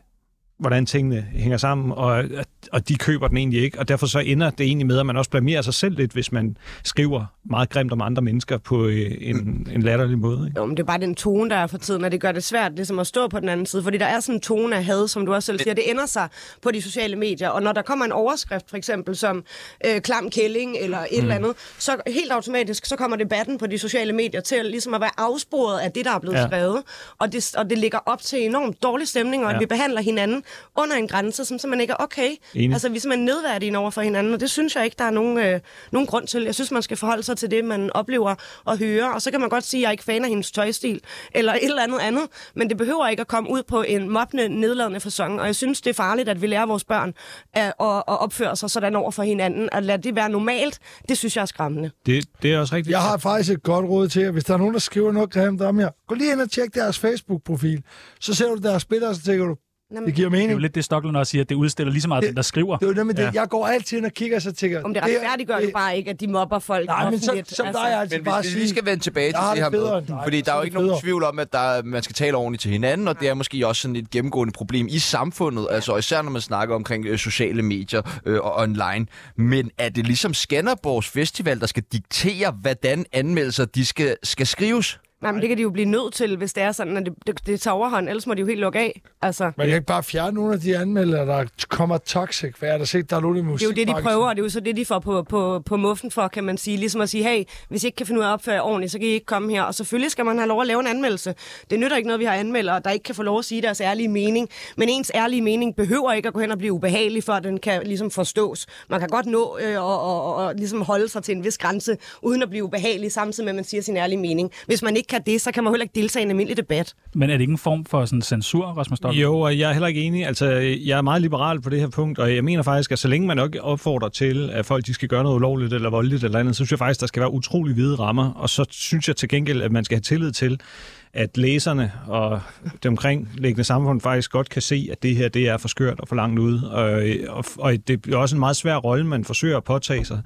hvordan tingene hænger sammen, og, og de køber den egentlig ikke. Og derfor så ender det egentlig med, at man også blamerer sig selv lidt, hvis man skriver meget grimt om andre mennesker på øh, en, en latterlig måde. Ikke? Jo, men det er bare den tone, der er for tiden, og det gør det svært ligesom at stå på den anden side, fordi der er sådan en tone af had, som du også selv siger, det ender sig på de sociale medier, og når der kommer en overskrift, for eksempel som øh, klam kælling eller et mm. eller andet, så helt automatisk, så kommer debatten på de sociale medier til ligesom at være afsporet af det, der er blevet ja. Ja. skrevet, og det, og det ligger op til enormt dårlig stemning, og ja. at Ja. vi behandler hinanden under en grænse, som simpelthen ikke er okay. Enig. Altså, vi er simpelthen nedværdige over for hinanden, og det synes jeg ikke, der er nogen, øh, nogen grund til. Jeg synes, man skal forholde sig til det, man oplever og hører, og så kan man godt sige, at jeg er ikke fan af hendes tøjstil, eller et eller andet andet, men det behøver ikke at komme ud på en mobbende, nedladende fasong, og jeg synes, det er farligt, at vi lærer vores børn at, at, at opføre sig sådan over for hinanden, at lade det være normalt, det synes jeg er skræmmende. Det, det er også rigtigt. Jeg har faktisk et godt råd til jer. Hvis der er nogen, der skriver noget grimt om jer, gå lige ind og tjek deres Facebook-profil. Så ser du deres billeder, og så tænker du, Jamen, det giver Det er jo mening. lidt det, Stoklund også siger, at det udstiller lige så meget det, den, der skriver. Det er jo nemlig det. Jeg går altid ind og kigger, og så tænker Om det retfærdiggør jo bare ikke, at de mobber folk Nej, men så, offentligt, Altså, så der er jeg altid Men hvis, bare at hvis vi lige sige... skal vende tilbage til Jeg har det her det bedre end med, dig, fordi der så er jo er ikke det nogen bedre. tvivl om, at der, man skal tale ordentligt til hinanden, og det er måske også sådan et gennemgående problem i samfundet, altså og især når man snakker omkring øh, sociale medier øh, og online. Men er det ligesom Skanderborgs Festival, der skal diktere, hvordan anmeldelser de skal, skal skrives? Nej, men det kan de jo blive nødt til, hvis det er sådan, at det, det, det tager overhånd, ellers må de jo helt lukke af. Altså. Man kan ikke bare fjerne nogle af de anmeldere, der kommer toxic. For jeg har da set, der er nogle i Det er jo det, de musikbranchen. prøver, og det er jo så det, de får på, på, på muffen for, kan man sige. Ligesom at sige, hey, hvis I ikke kan finde ud af at opføre jer ordentligt, så kan I ikke komme her. Og selvfølgelig skal man have lov at lave en anmeldelse. Det nytter ikke noget, vi har anmeldere, der ikke kan få lov at sige deres ærlige mening. Men ens ærlige mening behøver ikke at gå hen og blive ubehagelig, for at den kan ligesom forstås. Man kan godt nå øh, og, og, og, og ligesom holde sig til en vis grænse, uden at blive ubehagelig, samtidig med, at man siger sin ærlige mening. Hvis man ikke kan det, så kan man heller ikke deltage i en almindelig debat. Men er det ikke en form for sådan censur, Rasmus Stoklund? Jo, og jeg er heller ikke enig. Altså, jeg er meget liberal på det her punkt, og jeg mener faktisk, at så længe man ikke opfordrer til, at folk de skal gøre noget ulovligt eller voldeligt eller andet, så synes jeg faktisk, der skal være utrolig hvide rammer. Og så synes jeg til gengæld, at man skal have tillid til, at læserne og det omkringliggende samfund faktisk godt kan se, at det her det er for skørt og for langt ude. Og, og, og det er også en meget svær rolle, man forsøger at påtage sig,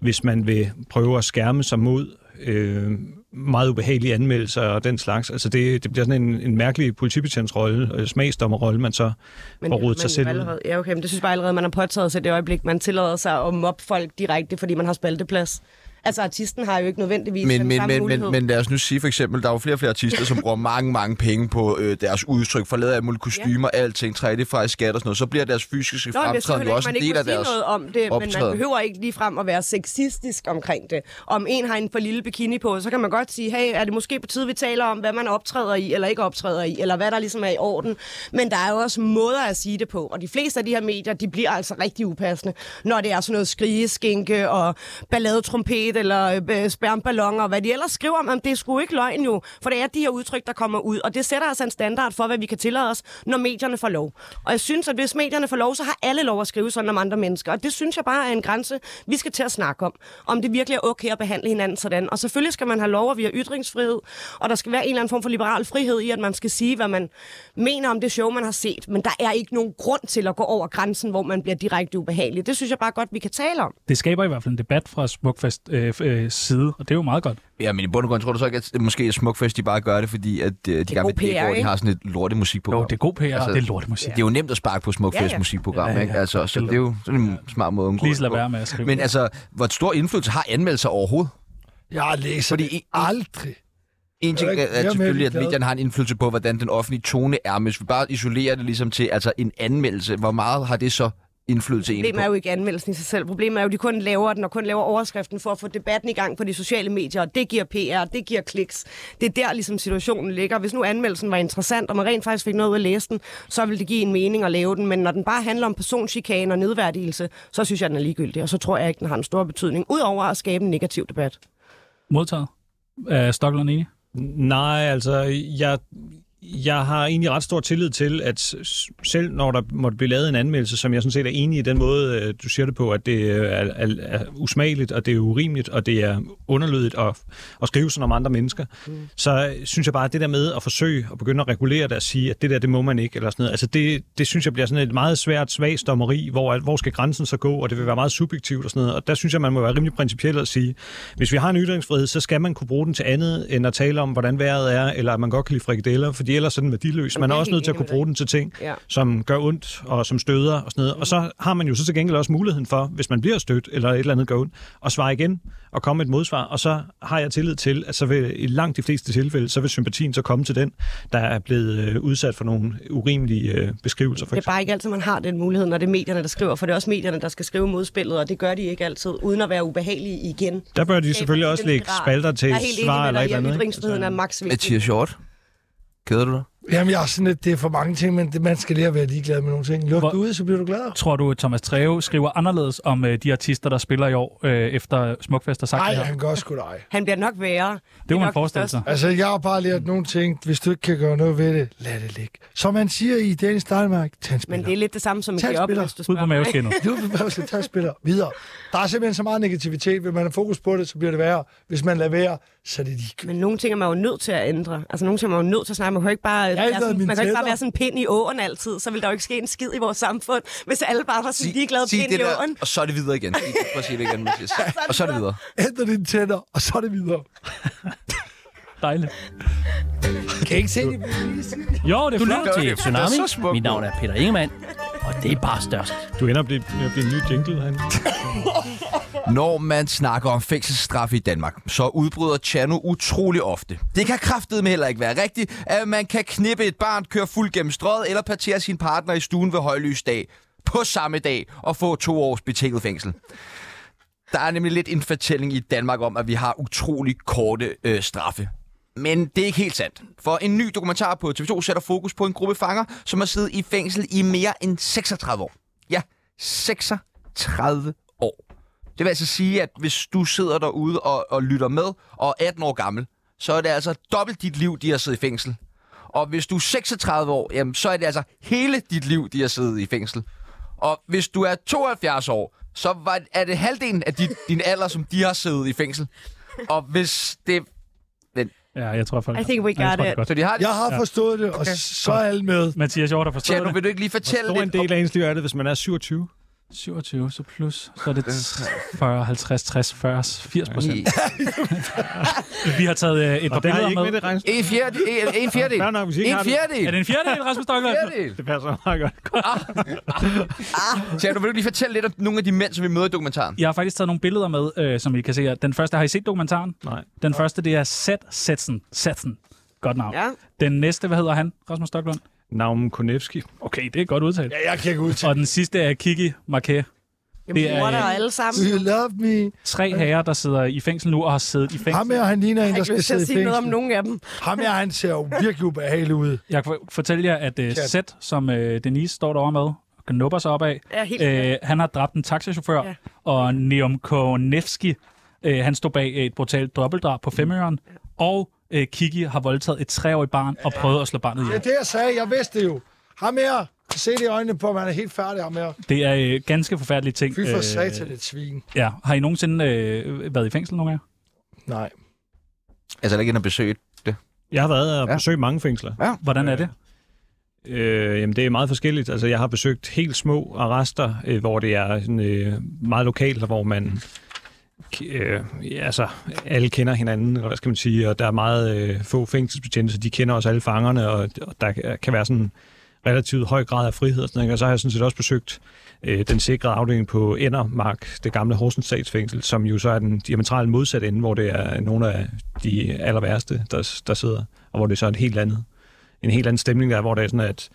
hvis man vil prøve at skærme sig mod øh, meget ubehagelige anmeldelser og den slags. Altså det, det bliver sådan en, en mærkelig politibetjentsrolle, øh, smagsdommerrolle, man så Men får det har rodet man sig jo selv ud. allerede, Ja, okay, men det synes jeg bare allerede, man har påtaget sig i det øjeblik, man tillader sig at mobbe folk direkte, fordi man har spalteplads. Altså, artisten har jo ikke nødvendigvis Men, den men, samme men, mulighed. men, men lad os nu sige for eksempel, der er jo flere og flere artister, som bruger mange, mange penge på øh, deres udtryk, for lavet af mulige kostymer, ja. alting, 3D-fejl, skat og sådan noget. Så bliver deres fysiske Nå, men jeg fremtræden selvfølgelig ikke, jo også en man ikke del må af sige deres noget om det, men man optræden. behøver ikke lige frem at være sexistisk omkring det. Om en har en for lille bikini på, så kan man godt sige, hey, er det måske på tide, vi taler om, hvad man optræder i, eller ikke optræder i, eller hvad der ligesom er i orden. Men der er jo også måder at sige det på, og de fleste af de her medier, de bliver altså rigtig upassende, når det er sådan noget skrigeskinke og balladetrumpet eller øh, spermballoner, og hvad de ellers skriver om, Jamen, det er sgu ikke løgn jo, for det er de her udtryk, der kommer ud, og det sætter altså en standard for, hvad vi kan tillade os, når medierne får lov. Og jeg synes, at hvis medierne får lov, så har alle lov at skrive sådan om andre mennesker, og det synes jeg bare er en grænse, vi skal til at snakke om, om det virkelig er okay at behandle hinanden sådan. Og selvfølgelig skal man have lov, at vi har ytringsfrihed, og der skal være en eller anden form for liberal frihed i, at man skal sige, hvad man mener om det show, man har set, men der er ikke nogen grund til at gå over grænsen, hvor man bliver direkte ubehagelig. Det synes jeg bare godt, vi kan tale om. Det skaber i hvert fald en debat fra Smukfest øh, f- øh, side, og det er jo meget godt. Ja, men i bund og grund tror du så ikke, at måske Smukfest, de bare gør det, fordi at, øh, de er gerne vil god dække PR, over, at de ikke? har sådan et lortet musikprogram. Jo, det er god PR, altså, det er lortemusik. Det er jo nemt at sparke på Smukfest Ja, ja. musikprogram, Ja, ja. ikke? Altså, så det er jo sådan en smart måde at undgå. Please det lad på. være med at skrive. Men altså, hvor stor indflydelse har anmeldelser overhovedet? Jeg læser Fordi Fordi det i- aldrig. En ting Jeg er er, ikke- er jeg er selvfølgelig, mere at ligeglad. medierne har en indflydelse på, hvordan den offentlige tone er, men hvis vi bare isolerer det ligesom til altså en anmeldelse, hvor meget har det så indflydelse egentlig på? Problemet er jo ikke anmeldelsen i sig selv. Problemet er jo, at de kun laver den og kun laver overskriften for at få debatten i gang på de sociale medier, og det giver PR, det giver kliks. Det er der ligesom situationen ligger. Hvis nu anmeldelsen var interessant, og man rent faktisk fik noget ud af at læse den, så ville det give en mening at lave den. Men når den bare handler om personchikane og nedværdigelse, så synes jeg, den er ligegyldig, og så tror jeg ikke, den har en stor betydning, udover at skabe en negativ debat. Modtaget af Stockland Enig. Nej, altså, jeg, jeg har egentlig ret stor tillid til, at s- selv når der måtte blive lavet en anmeldelse, som jeg sådan set er enig i den måde, øh, du siger det på, at det øh, er, er, er usmageligt, og det er urimeligt, og det er underlødigt at, at skrive sådan om andre mennesker, mm. så synes jeg bare, at det der med at forsøge at begynde at regulere det og sige, at det der, det må man ikke, eller sådan noget, altså det, det synes jeg bliver sådan et meget svært svagsdommeri, hvor, at- hvor skal grænsen så gå, og det vil være meget subjektivt og sådan noget, og der synes jeg, man må være rimelig principiel og sige, hvis vi har en ytringsfrihed, så skal man kunne bruge den til andet, end at tale om, hvordan vejret er, eller at man godt kan lide frikadeller, fordi ellers er den værdiløs. Man det er er også helt nødt til at enig kunne med dig. bruge den til ting, Ja. som gør ondt, og som støder og sådan noget. Og så har man jo så til gengæld også muligheden for, hvis man bliver stødt, eller et eller andet gør ondt, at svare igen og komme med et modsvar. Og så har jeg tillid til, at så vil i langt de fleste tilfælde, så vil sympatien så komme til den, der er blevet øh, udsat for nogle urimelige øh, beskrivelser. For Det er bare ikke altid, man har den mulighed, når det er medierne, der skriver, for det er også medierne, der skal skrive modspillet, og det gør de ikke altid, uden at være ubehagelige igen. Der bør de Skaber selvfølgelig den også lægge spiral. spalter til Jeg er helt svar enig eller et med dig, i, eller at andet, ikke? Altså- Ytringsfriheden er max vigtig. Mathias Hjort, keder du dig? Jamen, jeg er sådan, at det er for mange ting, men det, man skal lære at være ligeglad med nogle ting. Luk Hvor- Hvor... ud, så bliver du gladere. Tror du, Thomas Treve skriver anderledes om øh, de artister, der spiller i år øh, efter Smukfest har sagt Nej, det her? han gør sgu dig. Han bliver nok værre. Det, Det er må nok man forestille sig. Altså, jeg har bare lært nogle ting. Hvis du ikke kan gøre noget ved det, lad det ligge. Som man siger i Dennis Steinmark, tag en Men spiller. det er lidt det samme som at Tag give op, spiller. hvis du Ud på spørger mig. maveskinnet. Du vil bare sige, tag spiller videre. Der er simpelthen så meget negativitet. Hvis man har fokus på det, så bliver det værre. Hvis man lader være, så er det ligegyldigt. Men nogle ting er man jo nødt til at ændre. Altså nogle ting er man jo nødt til at snakke. Man kan jo ikke bare, har være ikke lavet sådan, mine man kan jo ikke bare tænder. være sådan en pind i åen altid. Så vil der jo ikke ske en skid i vores samfund, hvis alle bare var sådan ligeglade pind det i der, åen. og så er det videre igen. Sig- Prøv at sige det igen, Mathias. og så er det videre. Ændre dine tænder, og så er det videre. Dejligt. Kan I ikke se det? Jo, det er flot. lytter til Tsunami. Det er så smukt. Mit navn er Peter Ingemann, og det er bare størst. Du ender op med at blive en ny jingle. Han. Når man snakker om fængselsstraf i Danmark, så udbryder Chano utrolig ofte. Det kan kraftedeme heller ikke være rigtigt, at man kan knippe et barn, køre fuld gennem strøget eller partere sin partner i stuen ved højlys dag på samme dag og få to års betinget fængsel. Der er nemlig lidt en fortælling i Danmark om, at vi har utrolig korte øh, straffe. Men det er ikke helt sandt. For en ny dokumentar på TV2 sætter fokus på en gruppe fanger, som har siddet i fængsel i mere end 36 år. Ja, 36 år. Det vil altså sige, at hvis du sidder derude og, og lytter med og er 18 år gammel, så er det altså dobbelt dit liv, de har siddet i fængsel. Og hvis du er 36 år, jamen, så er det altså hele dit liv, de har siddet i fængsel. Og hvis du er 72 år, så var, er det halvdelen af dit, din alder, som de har siddet i fængsel. Og hvis det... Ja, jeg tror folk... I think we Ja, jeg got tror, det it. er godt. Så de har det... Jeg har forstået det, og så er alle med. Mathias Hjort har forstået Tja, nu vil du ikke lige fortælle Stor en lidt... del af ens liv er det, hvis man er 27. 27, så plus, så er det 40, 50, 60, 40, 80 procent. Vi har taget øh, et par Og det har I billeder ikke med. med det regnskab. En fjerdedel. En, en fjerdedel. Fair nok, hvis I ikke en har det. fjerdedel. Er det en fjerdedel, Rasmus Stoklund? fjerdedel. Det passer meget godt. Tja, du vil du ikke lige fortælle lidt om nogle af de mænd, som vi møder i dokumentaren? Jeg har faktisk taget nogle billeder med, øh, som I kan se her. Den første, har I set dokumentaren? Nej. Den første, det er Seth Setsen. Setsen. Godt navn. Ja. Den næste, hvad hedder han, Rasmus Stoklund? Navn Konevski. Okay, det er godt udtalt. Ja, jeg kan ikke udtale. Og den sidste er Kiki Marquet. Jamen, Det er- det er, og alle sammen. You love me. Tre herrer, der sidder i fængsel nu og har siddet i Ham fængsel. her, han ligner en, Jeg har der ikke skal lyst til sidde at i sige noget om fængsel. nogen af dem. Ham her, han ser jo virkelig ubehagelig ud. Jeg kan for- fortælle jer, at uh, Seth, som uh, Denise står derovre med og knupper sig op af, Ja, helt øh, han har dræbt en taxachauffør, ja. Ja. og Neom Konevski, øh, han stod bag et brutalt dobbeltdrab på Femøren, og øh, Kiki har voldtaget et treårigt barn og prøvet at slå barnet Det ihjel. er det, jeg sagde. Jeg vidste det jo. Ham her, se det i øjnene på, man er helt færdig ham her. Det er øh, ganske forfærdelige ting. øh, Fy for satan, et svin. ja. Har I nogensinde øh, været i fængsel nogle af jer? Nej. Altså, der er ikke en at besøge. Jeg har været og Ja. besøgt mange fængsler. Hvordan er det? Øh, jamen, det er meget forskelligt. Altså, jeg har besøgt helt små arrester, øh, hvor det er sådan, øh, meget lokalt, og hvor man... Øh, ja, altså, alle kender hinanden, eller hvad skal man sige, og der er meget øh, få fængselsbetjente, så de kender også alle fangerne, og, og der kan være sådan en relativt høj grad af frihed og sådan noget. Og så har jeg sådan set også besøgt øh, den sikrede afdeling på Endermark, det gamle Horsens statsfængsel, som jo så er den diametralt modsatte ende, hvor det er nogle af de aller værste, der, der sidder, og hvor det så er et helt andet en helt anden stemning der, er, hvor det er sådan, at,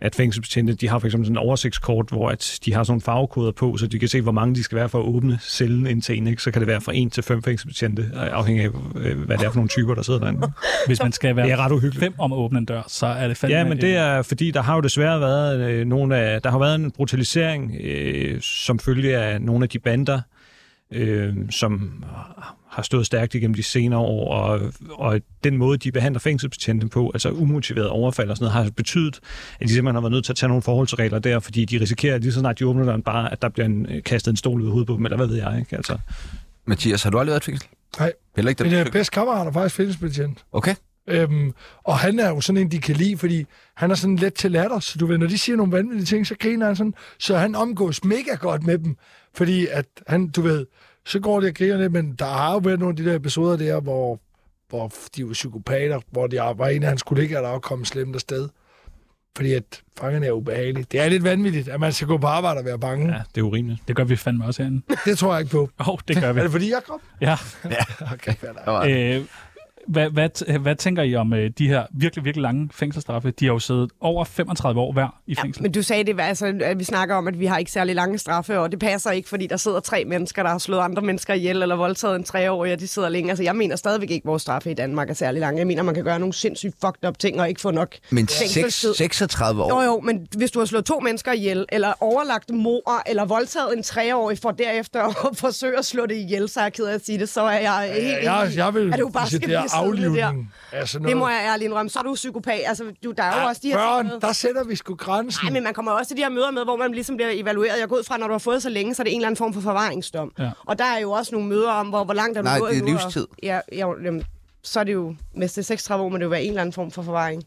at fængselsbetjente, de har for eksempel sådan en oversigtskort, hvor at de har sådan nogle farvekoder på, så de kan se, hvor mange de skal være for at åbne cellen ind til en, ikke? så kan det være fra en til fem fængselsbetjente, afhængig af, øh, hvad det er for nogle typer, der sidder derinde. Hvis man skal Det er være ret uhyggeligt. fem om at åbne en dør, så er det fandme... øh, Ja, men det en- er, fordi der har jo desværre været øh, nogle af, der har været en brutalisering, øh, som følge af nogle af de bander, øh, som har stået stærkt igennem de senere år, og, og den måde, de behandler fængselsbetjente på, altså umotiveret overfald og sådan noget, har betydet, at de simpelthen har været nødt til at tage nogle forholdsregler der, fordi de risikerer, at lige så snart de åbner døren bare, at der bliver en, øh, kastet en stol ud i hovedet på dem, eller hvad ved jeg, ikke? Altså, Mathias, har du aldrig været i fængsel? Nej. Heller ikke Min øh, det. bedste kammerat er faktisk fængselsbetjent. Okay. Øhm, og han er jo sådan en, de kan lide, fordi han er sådan let til latter, så du ved, når de siger nogle vanvittige ting, så griner han sådan, så han omgås mega godt med dem, fordi at han, du ved, så går det og griner lidt, men der har jo været nogle af de der episoder der, hvor, hvor de er jo psykopater, hvor der var en af hans kollegaer, der var kommet slemt afsted, fordi at fangerne er ubehagelige. Det er lidt vanvittigt, at man skal gå på arbejde og være bange. ja, Ja. det er urimeligt. Det gør vi fandme også herinde. Det tror jeg ikke på. Åh, oh, det gør vi. Er det fordi, jeg kom? Ja. Okay, fair nok. Øh, hvad, hvad, t- hvad tænker I om øh, de her virkelig, virkelig lange fængselsstraffe? De har jo siddet over 35 år hver i fængsel. Men du sagde det, altså, at vi snakker om, at vi har ikke særlig lange straffe, og det passer ikke, fordi der sidder tre mennesker, der har slået andre mennesker ihjel eller voldtaget en treårig, og de sidder længe. Altså, jeg mener stadigvæk ikke, at vores straffe i Danmark er særlig lange. Jeg mener, man kan gøre nogle sindssygt fucked up ting og ikke få nok Men fængselstid. 6, 36 år. Jo, jo, men hvis du har slået to mennesker ihjel, eller overlagt mor, eller voldtaget en treårig for derefter at forsøge at slå det ihjel, så er jeg ked af at sige det, så er jeg helt Ja, jeg, enig i, jeg vil at du bare sige, skal det er blive siddende aflivning. Altså noget. Det må jeg ærligt indrømme. Så er du psykopat. Altså, du, der er jo også de her ting med- Børn, der sætter vi sgu grænsen. Nej, men man kommer også til de her møder med, hvor man ligesom bliver evalueret. Jeg går ud fra, når du har fået så længe, så er det en eller anden form for forvaringsdom. Ja. Og der er jo også nogle møder om, hvor, hvor langt er du Nej, gået det er nu, og- livstid. Ja, ja, jamen, så er det jo, hvis det er 36 år, må det jo være en eller anden form for forvaring.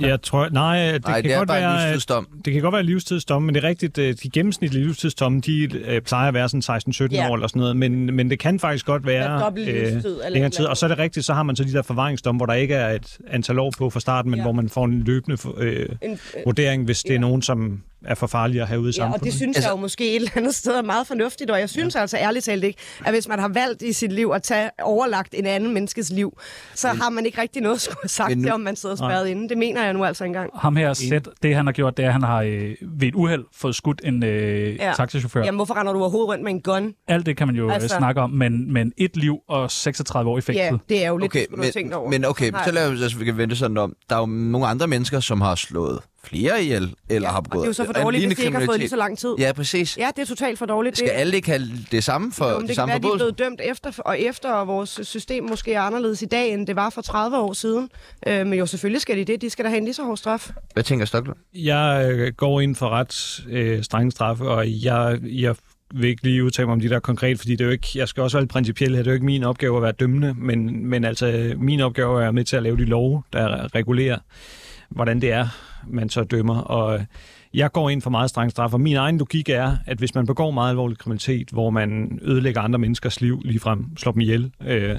Jeg tror, nej, det Nej, kan det er godt bare være, en at- livstidsdom. Det kan godt være livstidsdomme, men det er rigtigt, øh, de gennemsnitlige livstidsdomme, de øh, plejer at være sådan 16-17 Ja. år eller sådan noget, men, men det kan faktisk godt Eller være øh, dobbelt livstid, eller længere et tid. eller Og så er det rigtigt, så har man så de der forvaringsdomme, hvor der ikke er et antal år på fra starten, men Ja. hvor man får en løbende øh, En, øh, vurdering, hvis det er nogen, som er for farlige at have ude i Ja, samfundet. og det synes altså, jeg jo måske et eller andet sted er meget fornuftigt, og jeg synes ja. altså ærligt talt ikke, at hvis man har valgt i sit liv at tage overlagt en anden menneskes liv, så men, har man ikke rigtig noget at skulle have sagt Men nu- til, om man sidder spærret inde. Det mener jeg nu altså engang. Ham her, Seth, det han har gjort, det er, at han har øh, ved et uheld fået skudt en øh, ja. taxichauffør. Jamen, hvorfor render du overhovedet rundt med en gun? Alt det kan man jo altså. Altså- snakke om, men, men et liv og 36 år i Ja, fængsel. det er jo lidt, Okay, okay, du har tænkt over. men, men okay, Nej. så lad os, altså, vi kan vente sådan om. Der er jo nogle andre mennesker, som har slået flere ihjel, eller har og det begået er jo så for en dårligt, lignende hvis de ikke har fået lige kriminalitet. så lang tid. Ja, præcis. Ja, det er totalt for dårligt. Skal det, alle ikke have det samme for Jo, men de det kan samme være, at de er forbrydelser? blevet dømt efter og efter, og vores system måske er anderledes i dag, end det var for 30 år siden. Øh, men jo, selvfølgelig skal de det. De skal da have en lige så hård straf. Hvad tænker Stoklund? Jeg øh, går ind for ret øh, strenge straffe, og jeg, jeg vil ikke lige udtale mig om de der konkret, fordi det er jo ikke, jeg skal også være lidt principiel her, det er jo ikke min opgave at være dømmende, men, men altså øh, min opgave er med til at lave de love, der regulerer, hvordan det er, man så dømmer, og øh, Jeg går ind for meget streng straf, og min egen logik er, at hvis man begår meget alvorlig kriminalitet, hvor man ødelægger andre menneskers liv ligefrem, slår dem ihjel, øh,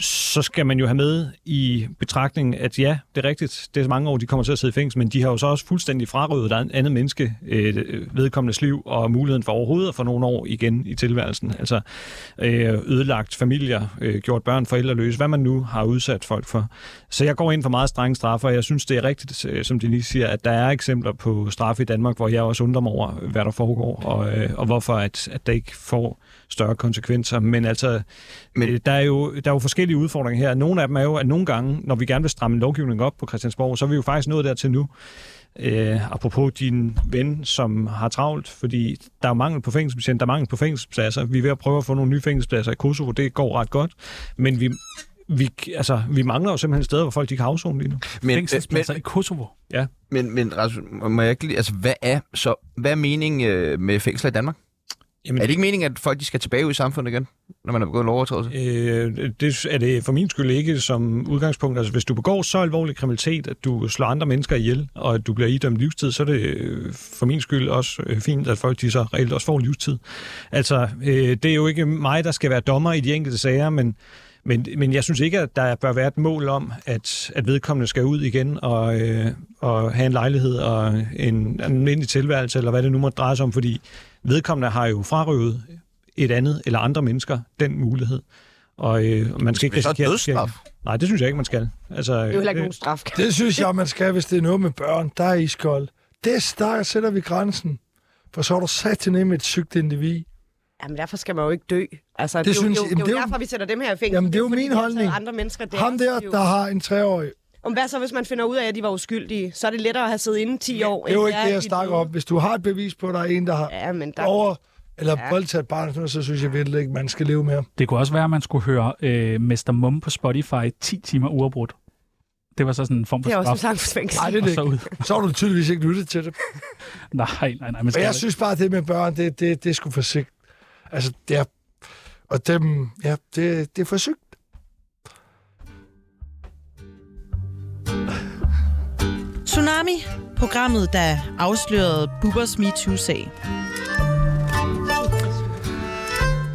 så skal man jo have med i betragtning, at ja, det er rigtigt, det er mange år, de kommer til at sidde i fængsel, men de har jo så også fuldstændig frarøvet et andet menneske øh, vedkommendes liv og muligheden for overhovedet at få nogle år igen i tilværelsen. Altså øh, ødelagt familier, øh, gjort børn forældreløse, hvad man nu har udsat folk for. Så jeg går ind for meget strenge straffer, og jeg synes, det er rigtigt, øh, som de lige siger, at der er eksempler på straffe i Danmark, hvor jeg også undrer mig over, hvad der foregår, og, øh, og hvorfor at, at det ikke får større konsekvenser. Men altså, Men- men, øh, der, er jo, der er jo forskellige udfordringer her. Nogle af dem er jo, at nogle gange, når vi gerne vil stramme lovgivningen op på Christiansborg, så er vi jo faktisk nået dertil nu. Øh, apropos din ven, som har travlt, fordi der er mangel på fængselspatienter, der er mangel på fængselspladser. Vi er ved at prøve at få nogle nye fængselspladser i Kosovo, det går ret godt, men vi, vi, altså, vi mangler jo simpelthen steder, hvor folk de kan afzone lige nu. Men, øh, men, Fængselspladser i Kosovo. men, men Rasmus, må jeg ikke lige, altså, hvad er, så, hvad er meningen øh, med fængsler i Danmark? Jamen, Er det ikke meningen, at folk de skal tilbage ud i samfundet igen, når man har begået en lovovertrædelse? Øh, det er det for min skyld ikke som udgangspunkt. Altså, hvis du begår så alvorlig kriminalitet, at du slår andre mennesker ihjel, og at du bliver idømt livstid, så er det øh, for min skyld også øh, fint, at folk de så reelt også får livstid. Altså, øh, det er jo ikke mig, der skal være dommer i de enkelte sager, men men, men jeg synes ikke, at der bør være et mål om, at, at vedkommende skal ud igen og, øh, og have en lejlighed og en almindelig tilværelse, eller hvad det nu måtte dreje sig om, fordi vedkommende har jo frarøvet et andet eller andre mennesker den mulighed. Og øh, man skal ikke Men så risikere... at det sker dødsstraf? igen. Nej, det synes jeg ikke, man skal. Altså, Det er jo heller ikke nogen straf. kan- Øh, Det synes jeg, man skal, hvis det er noget med børn. Der er iskold. Det der sætter vi grænsen. For så er du sat til med et sygt individ. Jamen, derfor skal man jo ikke dø. Altså, det, Det det, synes, synes- jo, jamen, det, det er jo er jo- derfor, vi sætter dem her i fængsel. Jamen, det er jo fordi, min de har taget holdning. altså Andre mennesker, det Ham er der, jo- der har en treårig, Om hvad så, hvis man finder ud af, at de var uskyldige? Så er det lettere at have siddet inde 10 år. Det er jo end ikke det, jeg i snakker døde. om. Hvis du har et bevis på, at der er en, der har Ja, men der... ja, over eller ja. voldtaget et barn, eller sådan noget, så synes jeg virkelig ikke, man skal leve mere. Det kunne også være, at man skulle høre øh, Mester Mum på Spotify 10 timer uafbrudt. Det var så sådan en form for Det er også en straf. sang for fængsel. Nej, det er det Og så ikke. Så har du tydeligvis ikke lyttet til det. Nej, nej, nej. Men Men skal jeg synes bare, at det med børn, det, det, det er sgu for sygt. Altså, det er... Og dem, ja, det, det er for sygt. Tsunami, programmet, der afslørede Bubbers MeToo-sag.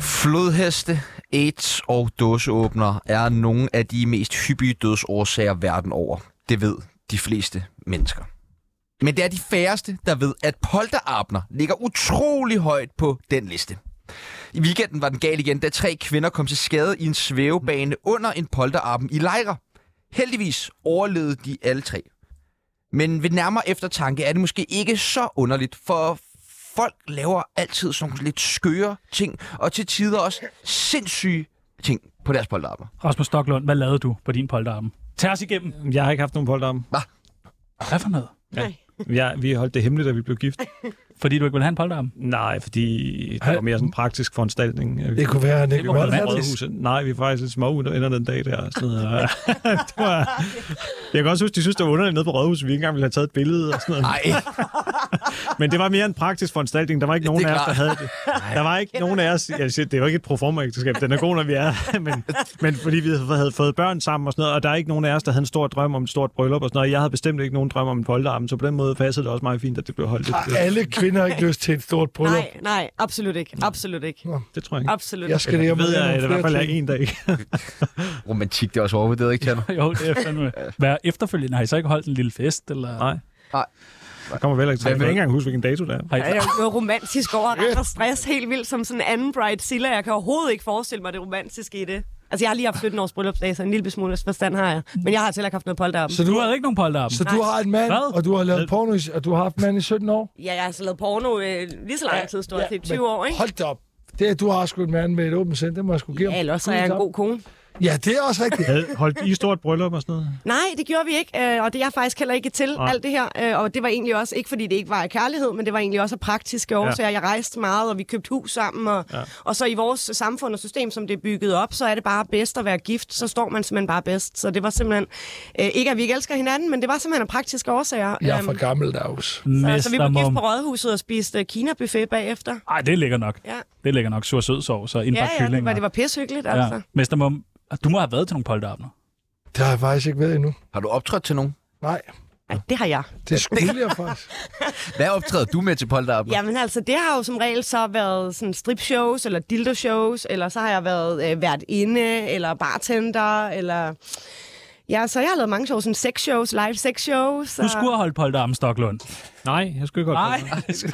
Flodheste, AIDS og dåseåbner er nogle af de mest hyppige dødsårsager verden over. Det ved de fleste mennesker. Men det er de færreste, der ved, at polterabner ligger utrolig højt på den liste. I weekenden var den gal igen, da tre kvinder kom til skade i en svævebane under en polterappen i Lejre. Heldigvis overlevede de alle tre. Men ved nærmere eftertanke er det måske ikke så underligt, for folk laver altid sådan nogle lidt skøre ting, og til tider også sindssyge ting på deres polterapper. Rasmus Stocklund, hvad lavede du på din polterappen? Tag os igennem. Jeg har ikke haft nogen polterappen. Hvad for noget? Jeg, vi holdt det hemmeligt, da vi blev gift. Fordi du ikke ville have en polterappen? Nej, fordi det var mere sådan en praktisk foranstaltning. at vi- Det kunne være, at det må være kunne romantisk. rådhuset. Nej, vi er faktisk lidt små ud ender den dag der. og Sådan noget. det var, jeg kan også huske, de synes, det var underligt nede på rådhuset, vi ikke engang ville have taget et billede. Og sådan noget. Nej, Men det var mere en praktisk foranstaltning. Der var ikke nogen er af os, der klart. havde det. Der var ikke nogen af os. Jeg siger, det var ikke et proforma-ægteskab. Den er god, når vi er. men, men fordi vi havde fået børn sammen og sådan noget, og der er ikke nogen af os, der havde en stor drøm om et stort bryllup og sådan noget. Jeg havde bestemt ikke nogen drøm om en polterarm, så på den måde passede det også meget fint, at det blev holdt. være, Det, at alle kvinder har ikke lyst til et stort bryllup. Nej, nej, absolut ikke. Absolut ikke. det tror jeg ikke. Absolut Jeg ikke. skal lige Jeg ved, med at nogle der i hvert fald flere er ting. en, der ikke romantik, det er også overvurderet, ikke, Tjerno? Jo, det er fandme. Hvad efterfølgende? Har I så ikke holdt en lille fest? Eller? Nej. Nej. Der kommer vel ikke til. Ej, Jeg kan men- ikke engang huske, hvilken dato det er. Har I... Der er jo noget romantisk over at og stress helt vildt som sådan en anden Bridezilla. Jeg kan overhovedet ikke forestille mig det romantiske i det. Altså, jeg har lige haft 17 års bryllupsdag, så en lille smule forstand har jeg. Men jeg har altså heller ikke haft noget polterappen. Så Du du, havde ikke nogen polterappen? så du har en mand, Hvad? og du har lavet porno, i- og du har haft mand i 17 år? Ja, jeg har altså lavet porno øh, lige så lang tid, stort set. men 20 år, ikke? Hold da op. Det, at du har sgu en mand med et åbent sind, det må jeg sgu give Ja, ham. eller også er jeg en tak. god kone. Ja, det er også rigtigt. Havde- Holdt I stort bryllup og sådan noget? Nej, det gjorde vi ikke, øh, og det er jeg faktisk heller ikke til, Nej. alt det her. Øh, Og det var egentlig også, ikke fordi det ikke var af kærlighed, men det var egentlig også af praktiske årsager. Jeg rejste meget, og vi købte hus sammen, og, ja. og så i vores samfund og system, som det er bygget op, så er det bare bedst at være gift, så står man simpelthen bare bedst. Så det var simpelthen, øh, ikke at vi ikke elsker hinanden, men det var simpelthen af praktiske årsager. Jeg er Øhm, for gammel, Dags. så, så vi blev gift Mestermum. på Rådhuset og spiste øh, Kina-buffet bagefter. Ej, det ligger nok. Ja. Det ligger nok sur sødsovs og indbagt Ja, ja, det kylling. var, og- det var pissehyggeligt, altså. Ja. ah, Mester Mum, du må have været til nogle polterabner. Det har jeg faktisk ikke været endnu. Har du optrådt til nogen? Nej. Ja. Ej, det har jeg. Det skulle jeg faktisk. Hvad optræder du med til Polterappen? Ja. Jamen altså, det har jo som regel så været sådan strip-shows, eller dildo-shows, eller så har jeg været øh, vært inde, eller bartender, eller... Ja, så jeg har lavet mange shows, sådan sex-shows, live sex-shows. Du skulle have holdt Polterappen, Stoklund. Nej, jeg skulle ikke holde Nej, på. det Altså,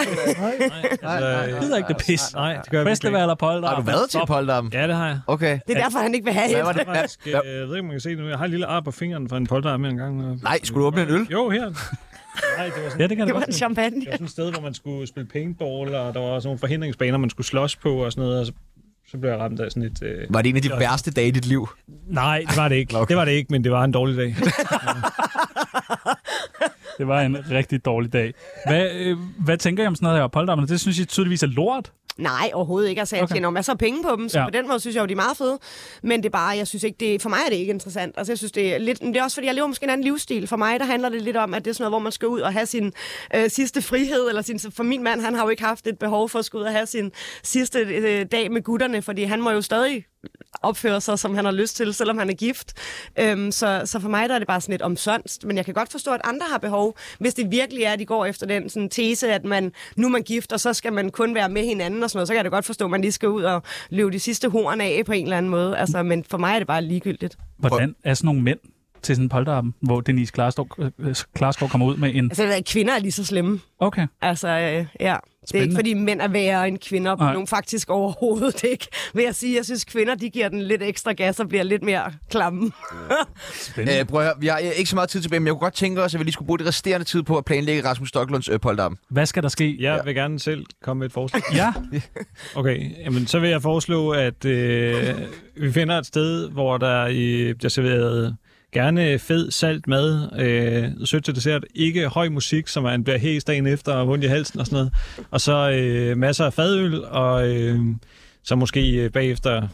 øh, gider ikke det pis. Nej, det gør jeg virkelig Festival og Polterappen. Har du været til Stop. Polterappen? ikke. Ja, det har jeg. Okay. Det er derfor, han ikke vil have Hvad et. var det? Hvad? Faktisk, øh, jeg ved ikke, om man kan se det nu. Jeg har et lille ar på fingeren fra en polterarm en gang. og- Nej, skulle du åbne en øl? Jo, her. Nej, det var sådan, Ja, Det det kan det var en godt. champagne. det var sådan et sted, hvor man skulle spille paintball, og der var også nogle forhindringsbaner, man skulle slås på og sådan noget. Og så, så blev jeg ramt af sådan et... Øh... Var det en af de værste dage i dit liv? Nej, det var det ikke. Det var det ikke, men det var en dårlig dag. Det var en rigtig dårlig dag. Hvad, øh, hvad tænker I om sådan noget her Polterappen? Det synes I tydeligvis er lort. Nej, overhovedet ikke. Altså, jeg Okay. okay. tjener jo masser af penge på dem, så Ja. ja. på den måde synes jeg jo, de er meget fede. Men det er bare, jeg synes ikke, det, for mig er det ikke interessant. Altså, jeg synes, det er lidt, men det er også, fordi jeg lever måske en anden livsstil. For mig, der handler det lidt om, at det er sådan noget, hvor man skal ud og have sin øh, sidste frihed, eller sin, for min mand, han har jo ikke haft et behov for at skulle ud og have sin sidste øh, dag med gutterne, fordi han må jo stadig opføre sig, som han har lyst til, selvom han er gift. Øhm, så, så for mig der er det bare sådan lidt omsonst, men jeg kan godt forstå, at andre har behov, hvis det virkelig er, at de går efter den sådan, tese, at man, nu er man gift, og så skal man kun være med hinanden og sådan noget, så kan jeg da godt forstå, at man lige skal ud og løbe de sidste horn af på en eller anden måde. Altså, men for mig er det bare ligegyldigt. Hvordan er sådan nogle mænd til sådan en Polterappen, hvor Denise Klarskov, øh, Klarskov kommer ud med en... Altså, at kvinder er lige så slemme. Okay. Altså, øh, ja. Det er Spændende. ikke, fordi mænd er værre end kvinder på Nej. nogen faktisk overhovedet ikke. Vil jeg sige, jeg synes, kvinder, de giver den lidt ekstra gas og bliver lidt mere klamme. Øh, prøv at høre, vi har øh, ikke så meget tid tilbage, men jeg kunne godt tænke os, at vi lige skulle bruge det resterende tid på at planlægge Rasmus Stoklunds øh, Polterappen. Hvad skal der ske? Jeg vil gerne selv komme med et forslag. Ja, Okay, jamen, så vil jeg foreslå, at øh, vi finder et sted, hvor der øh, bliver serveret gerne fed, salt mad, øh, sødt til dessert, ikke høj musik, som man bliver hæs dagen efter og vundt i halsen og sådan noget, og så øh, masser af fadøl, og øh, så måske øh, bagefter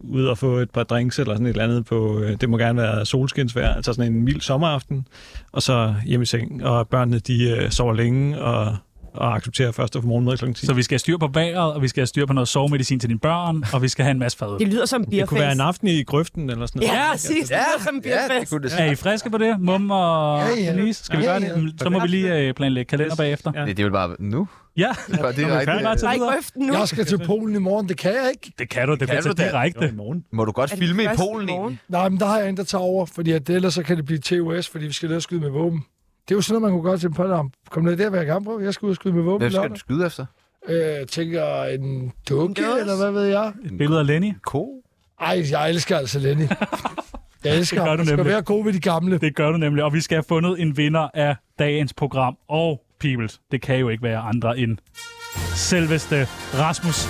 ud og få et par drinks eller sådan et eller andet på, øh, det må gerne være solskinsvejr, altså sådan en mild sommeraften, og så hjem i seng, og børnene de øh, sover længe og, og accepterer først at få morgenmad kl. 10. så vi skal have styr på vejret, og vi skal have styr på noget sovemedicin til dine børn, og vi skal have en masse fad. Det lyder som en Det kunne være en beerfest. aften i grøften eller sådan noget. Ja, præcis. Det lyder som en ja, det beerfest. kunne det. Er I friske på det? Mum og Ja, ja. Denise? Skal vi Ja, gøre ja. det? Mm, Så må vi lige øh, planlægge kalender bagefter. Ja. Det, det vil bare nu. Ja, Det er direkte. bare Der er tage ikke videre. grøften nu. Jeg skal til Polen i morgen, det kan jeg ikke. Det kan du, det kan bliver du da. til direkte. i morgen. Må du godt Er det filme i først i Polen morgen? egentlig? Nej, men der har jeg en, der tager over, fordi at ellers så kan det blive TOS, fordi vi skal ned og skyde med våben. Det er jo sådan noget, man kunne godt tænke på, at kom ned der, hvad jeg gerne på. Jeg skal ud og skyde med våben Hvem skal du lørdag. skyde efter? Øh, tænker en dukke, dåse? eller hvad ved jeg? Et billede af Lenny. Ko? Ej, jeg elsker altså Lenny. Jeg elsker Det gør ham. du Jeg skal nemlig. være god ved de gamle. Det gør du nemlig, og vi skal have fundet en vinder af dagens program. Og Peoples, det kan jo ikke være andre end selveste Rasmus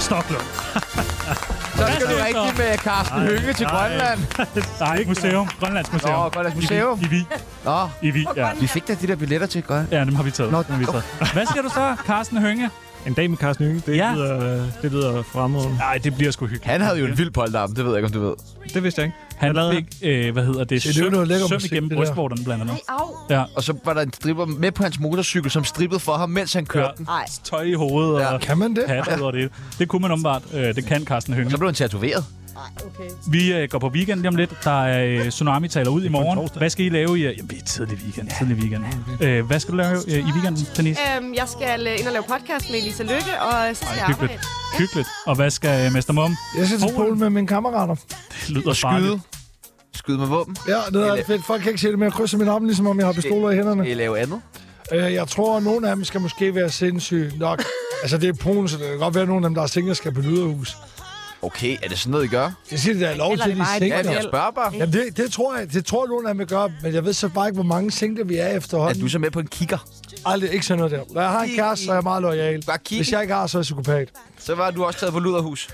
Stocklund. Så skal du rigtig med Carsten Hønge til Grønland. Nej, ikke museum. Grønlands Museum. Nå, Grønlands Museum. I Vi. Nå, I Vi, ja. vi fik da de der billetter til Grønland. Ja, dem har vi taget. Nå, Dem har vi taget. Hvad skal du så, Carsten Hønge? En dag med Carsten Hynge, det, Ja. ja. lyder, det lyder fremragende. Nej, det bliver sgu hyggeligt. Han havde jo en vild polterarm, det ved jeg ikke, om du ved. Det vidste jeg ikke. Han Hvad lavede fik, øh, hvad hedder det, Se, det er jo noget lækker søm musik, igennem det der. brystvorterne blandt andet. Og så var der en stripper med på hans motorcykel, som strippede for ham, mens han kørte den. Nej. Tøj i hovedet og Ja. Kan man det? hat ud over det hele. Det kunne man åbenbart. Øh, det kan Carsten Hønge. Og så blev han tatoveret. Vi øh, går på weekend lige om lidt. Der er øh, Tsunami taler ud i morgen. Hvad skal I lave i... øh, Jamen, det er tidlig weekend. Tidlig weekend. Øh, hvad skal du lave øh, i weekenden, Denise? Øhm, jeg skal øh, ind og lave podcast med Elisa Lykke, og øh, så skal jeg Hyggeligt. arbejde. Hyggeligt. Og hvad skal øh, Mester Mum? Jeg skal til Polen. Polen med mine kammerater. Det lyder Skyde. farligt. Skyde med våben. Ja, det er alt fedt. Folk kan ikke se det, men jeg krydser min arm, ligesom om jeg har pistoler i hænderne. Skal I lave andet? Øh, jeg tror, at nogle af dem skal måske være sindssyge nok. Altså, det er Polen, så det kan godt være, at nogle af dem, der er singler, skal på lyderhus. Okay, er det sådan noget, I gør? Det siger, det er lov Eller til, det de bare er et Ja, singler. jeg spørger bare. Jamen, det, det, tror jeg, det tror jeg, nogen af dem vil gøre, men jeg ved så bare ikke, hvor mange singler vi er Er efterhånden. du så med på en kigger? Aldrig ikke sådan noget der. Når jeg har en kæreste, så er jeg meget lojal. Bare kig. Hvis jeg ikke har, så er jeg psykopat. Så var du også taget på luderhus.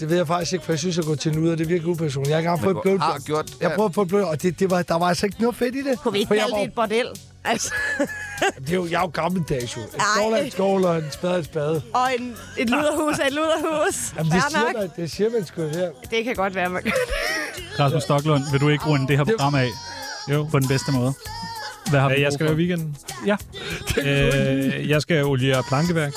Det ved jeg faktisk ikke, for jeg synes, at gå til en ud, og det virker upersonligt. Jeg har ikke engang fået et blowjob. har gjort- Jeg ja. prøvede at få et blowjob, og det, det var, der var altså ikke noget fedt i det. Kunne vi ikke For jeg kalde var- det et bordel? Altså, Det er jo, jeg er jo gammeldags, jo. En Ej. skål er en skål, og en spade er en spade. og en, et luderhus er et luderhus. Jamen, det Fair siger, nok. man, det siger man sgu her. Det kan godt være, man kan. Rasmus Stocklund, vil du ikke runde det her program af Jo. på den bedste måde? Hvad har vi Øh, Jeg brug skal for? være weekenden. Ja. Øh, jeg skal oliere plankeværk.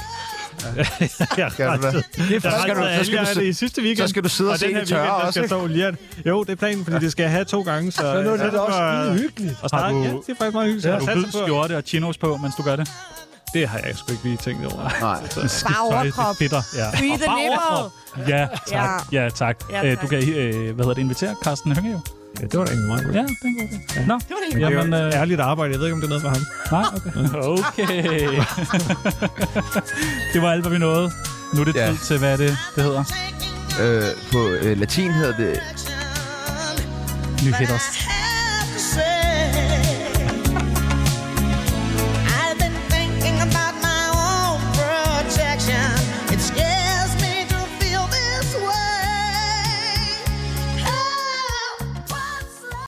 jeg Skal du da? rensede- Det jeg rensede skal du- så skal du algerne sidde- i sidste weekend. så skal du sidde og se den det her tørre weekend, der også, skal ikke? stå lirten. Jo, det er planen, fordi det skal jeg have to gange. Så, Så nu er det da også og- skide hyggeligt. Og starte, Har du- ja, det er faktisk meget hyggeligt. så Har jeg du satser hvid på- skjorte og chinos på, mens du gør det? Det har jeg sgu ikke lige tænkt over. Nej. Bare overkrop. Det bitter, ja. Free Og the bare nipple. overkrop. Ja, tak. Ja, tak. Ja, Øh, tak. Du kan, øh, hvad hedder det, invitere Carsten Hønge jo. Ja, det var da egentlig meget godt. Ja, det er en god idé. Nå, Det var det Det er jamen, jo øh, ærligt arbejde. Jeg ved ikke, om det er noget for ham. nej, okay. Okay. det var alt, hvad vi nåede. Nu er det Ja. tid til, hvad det, det hedder. Øh, på øh, latin hedder det Nyheders.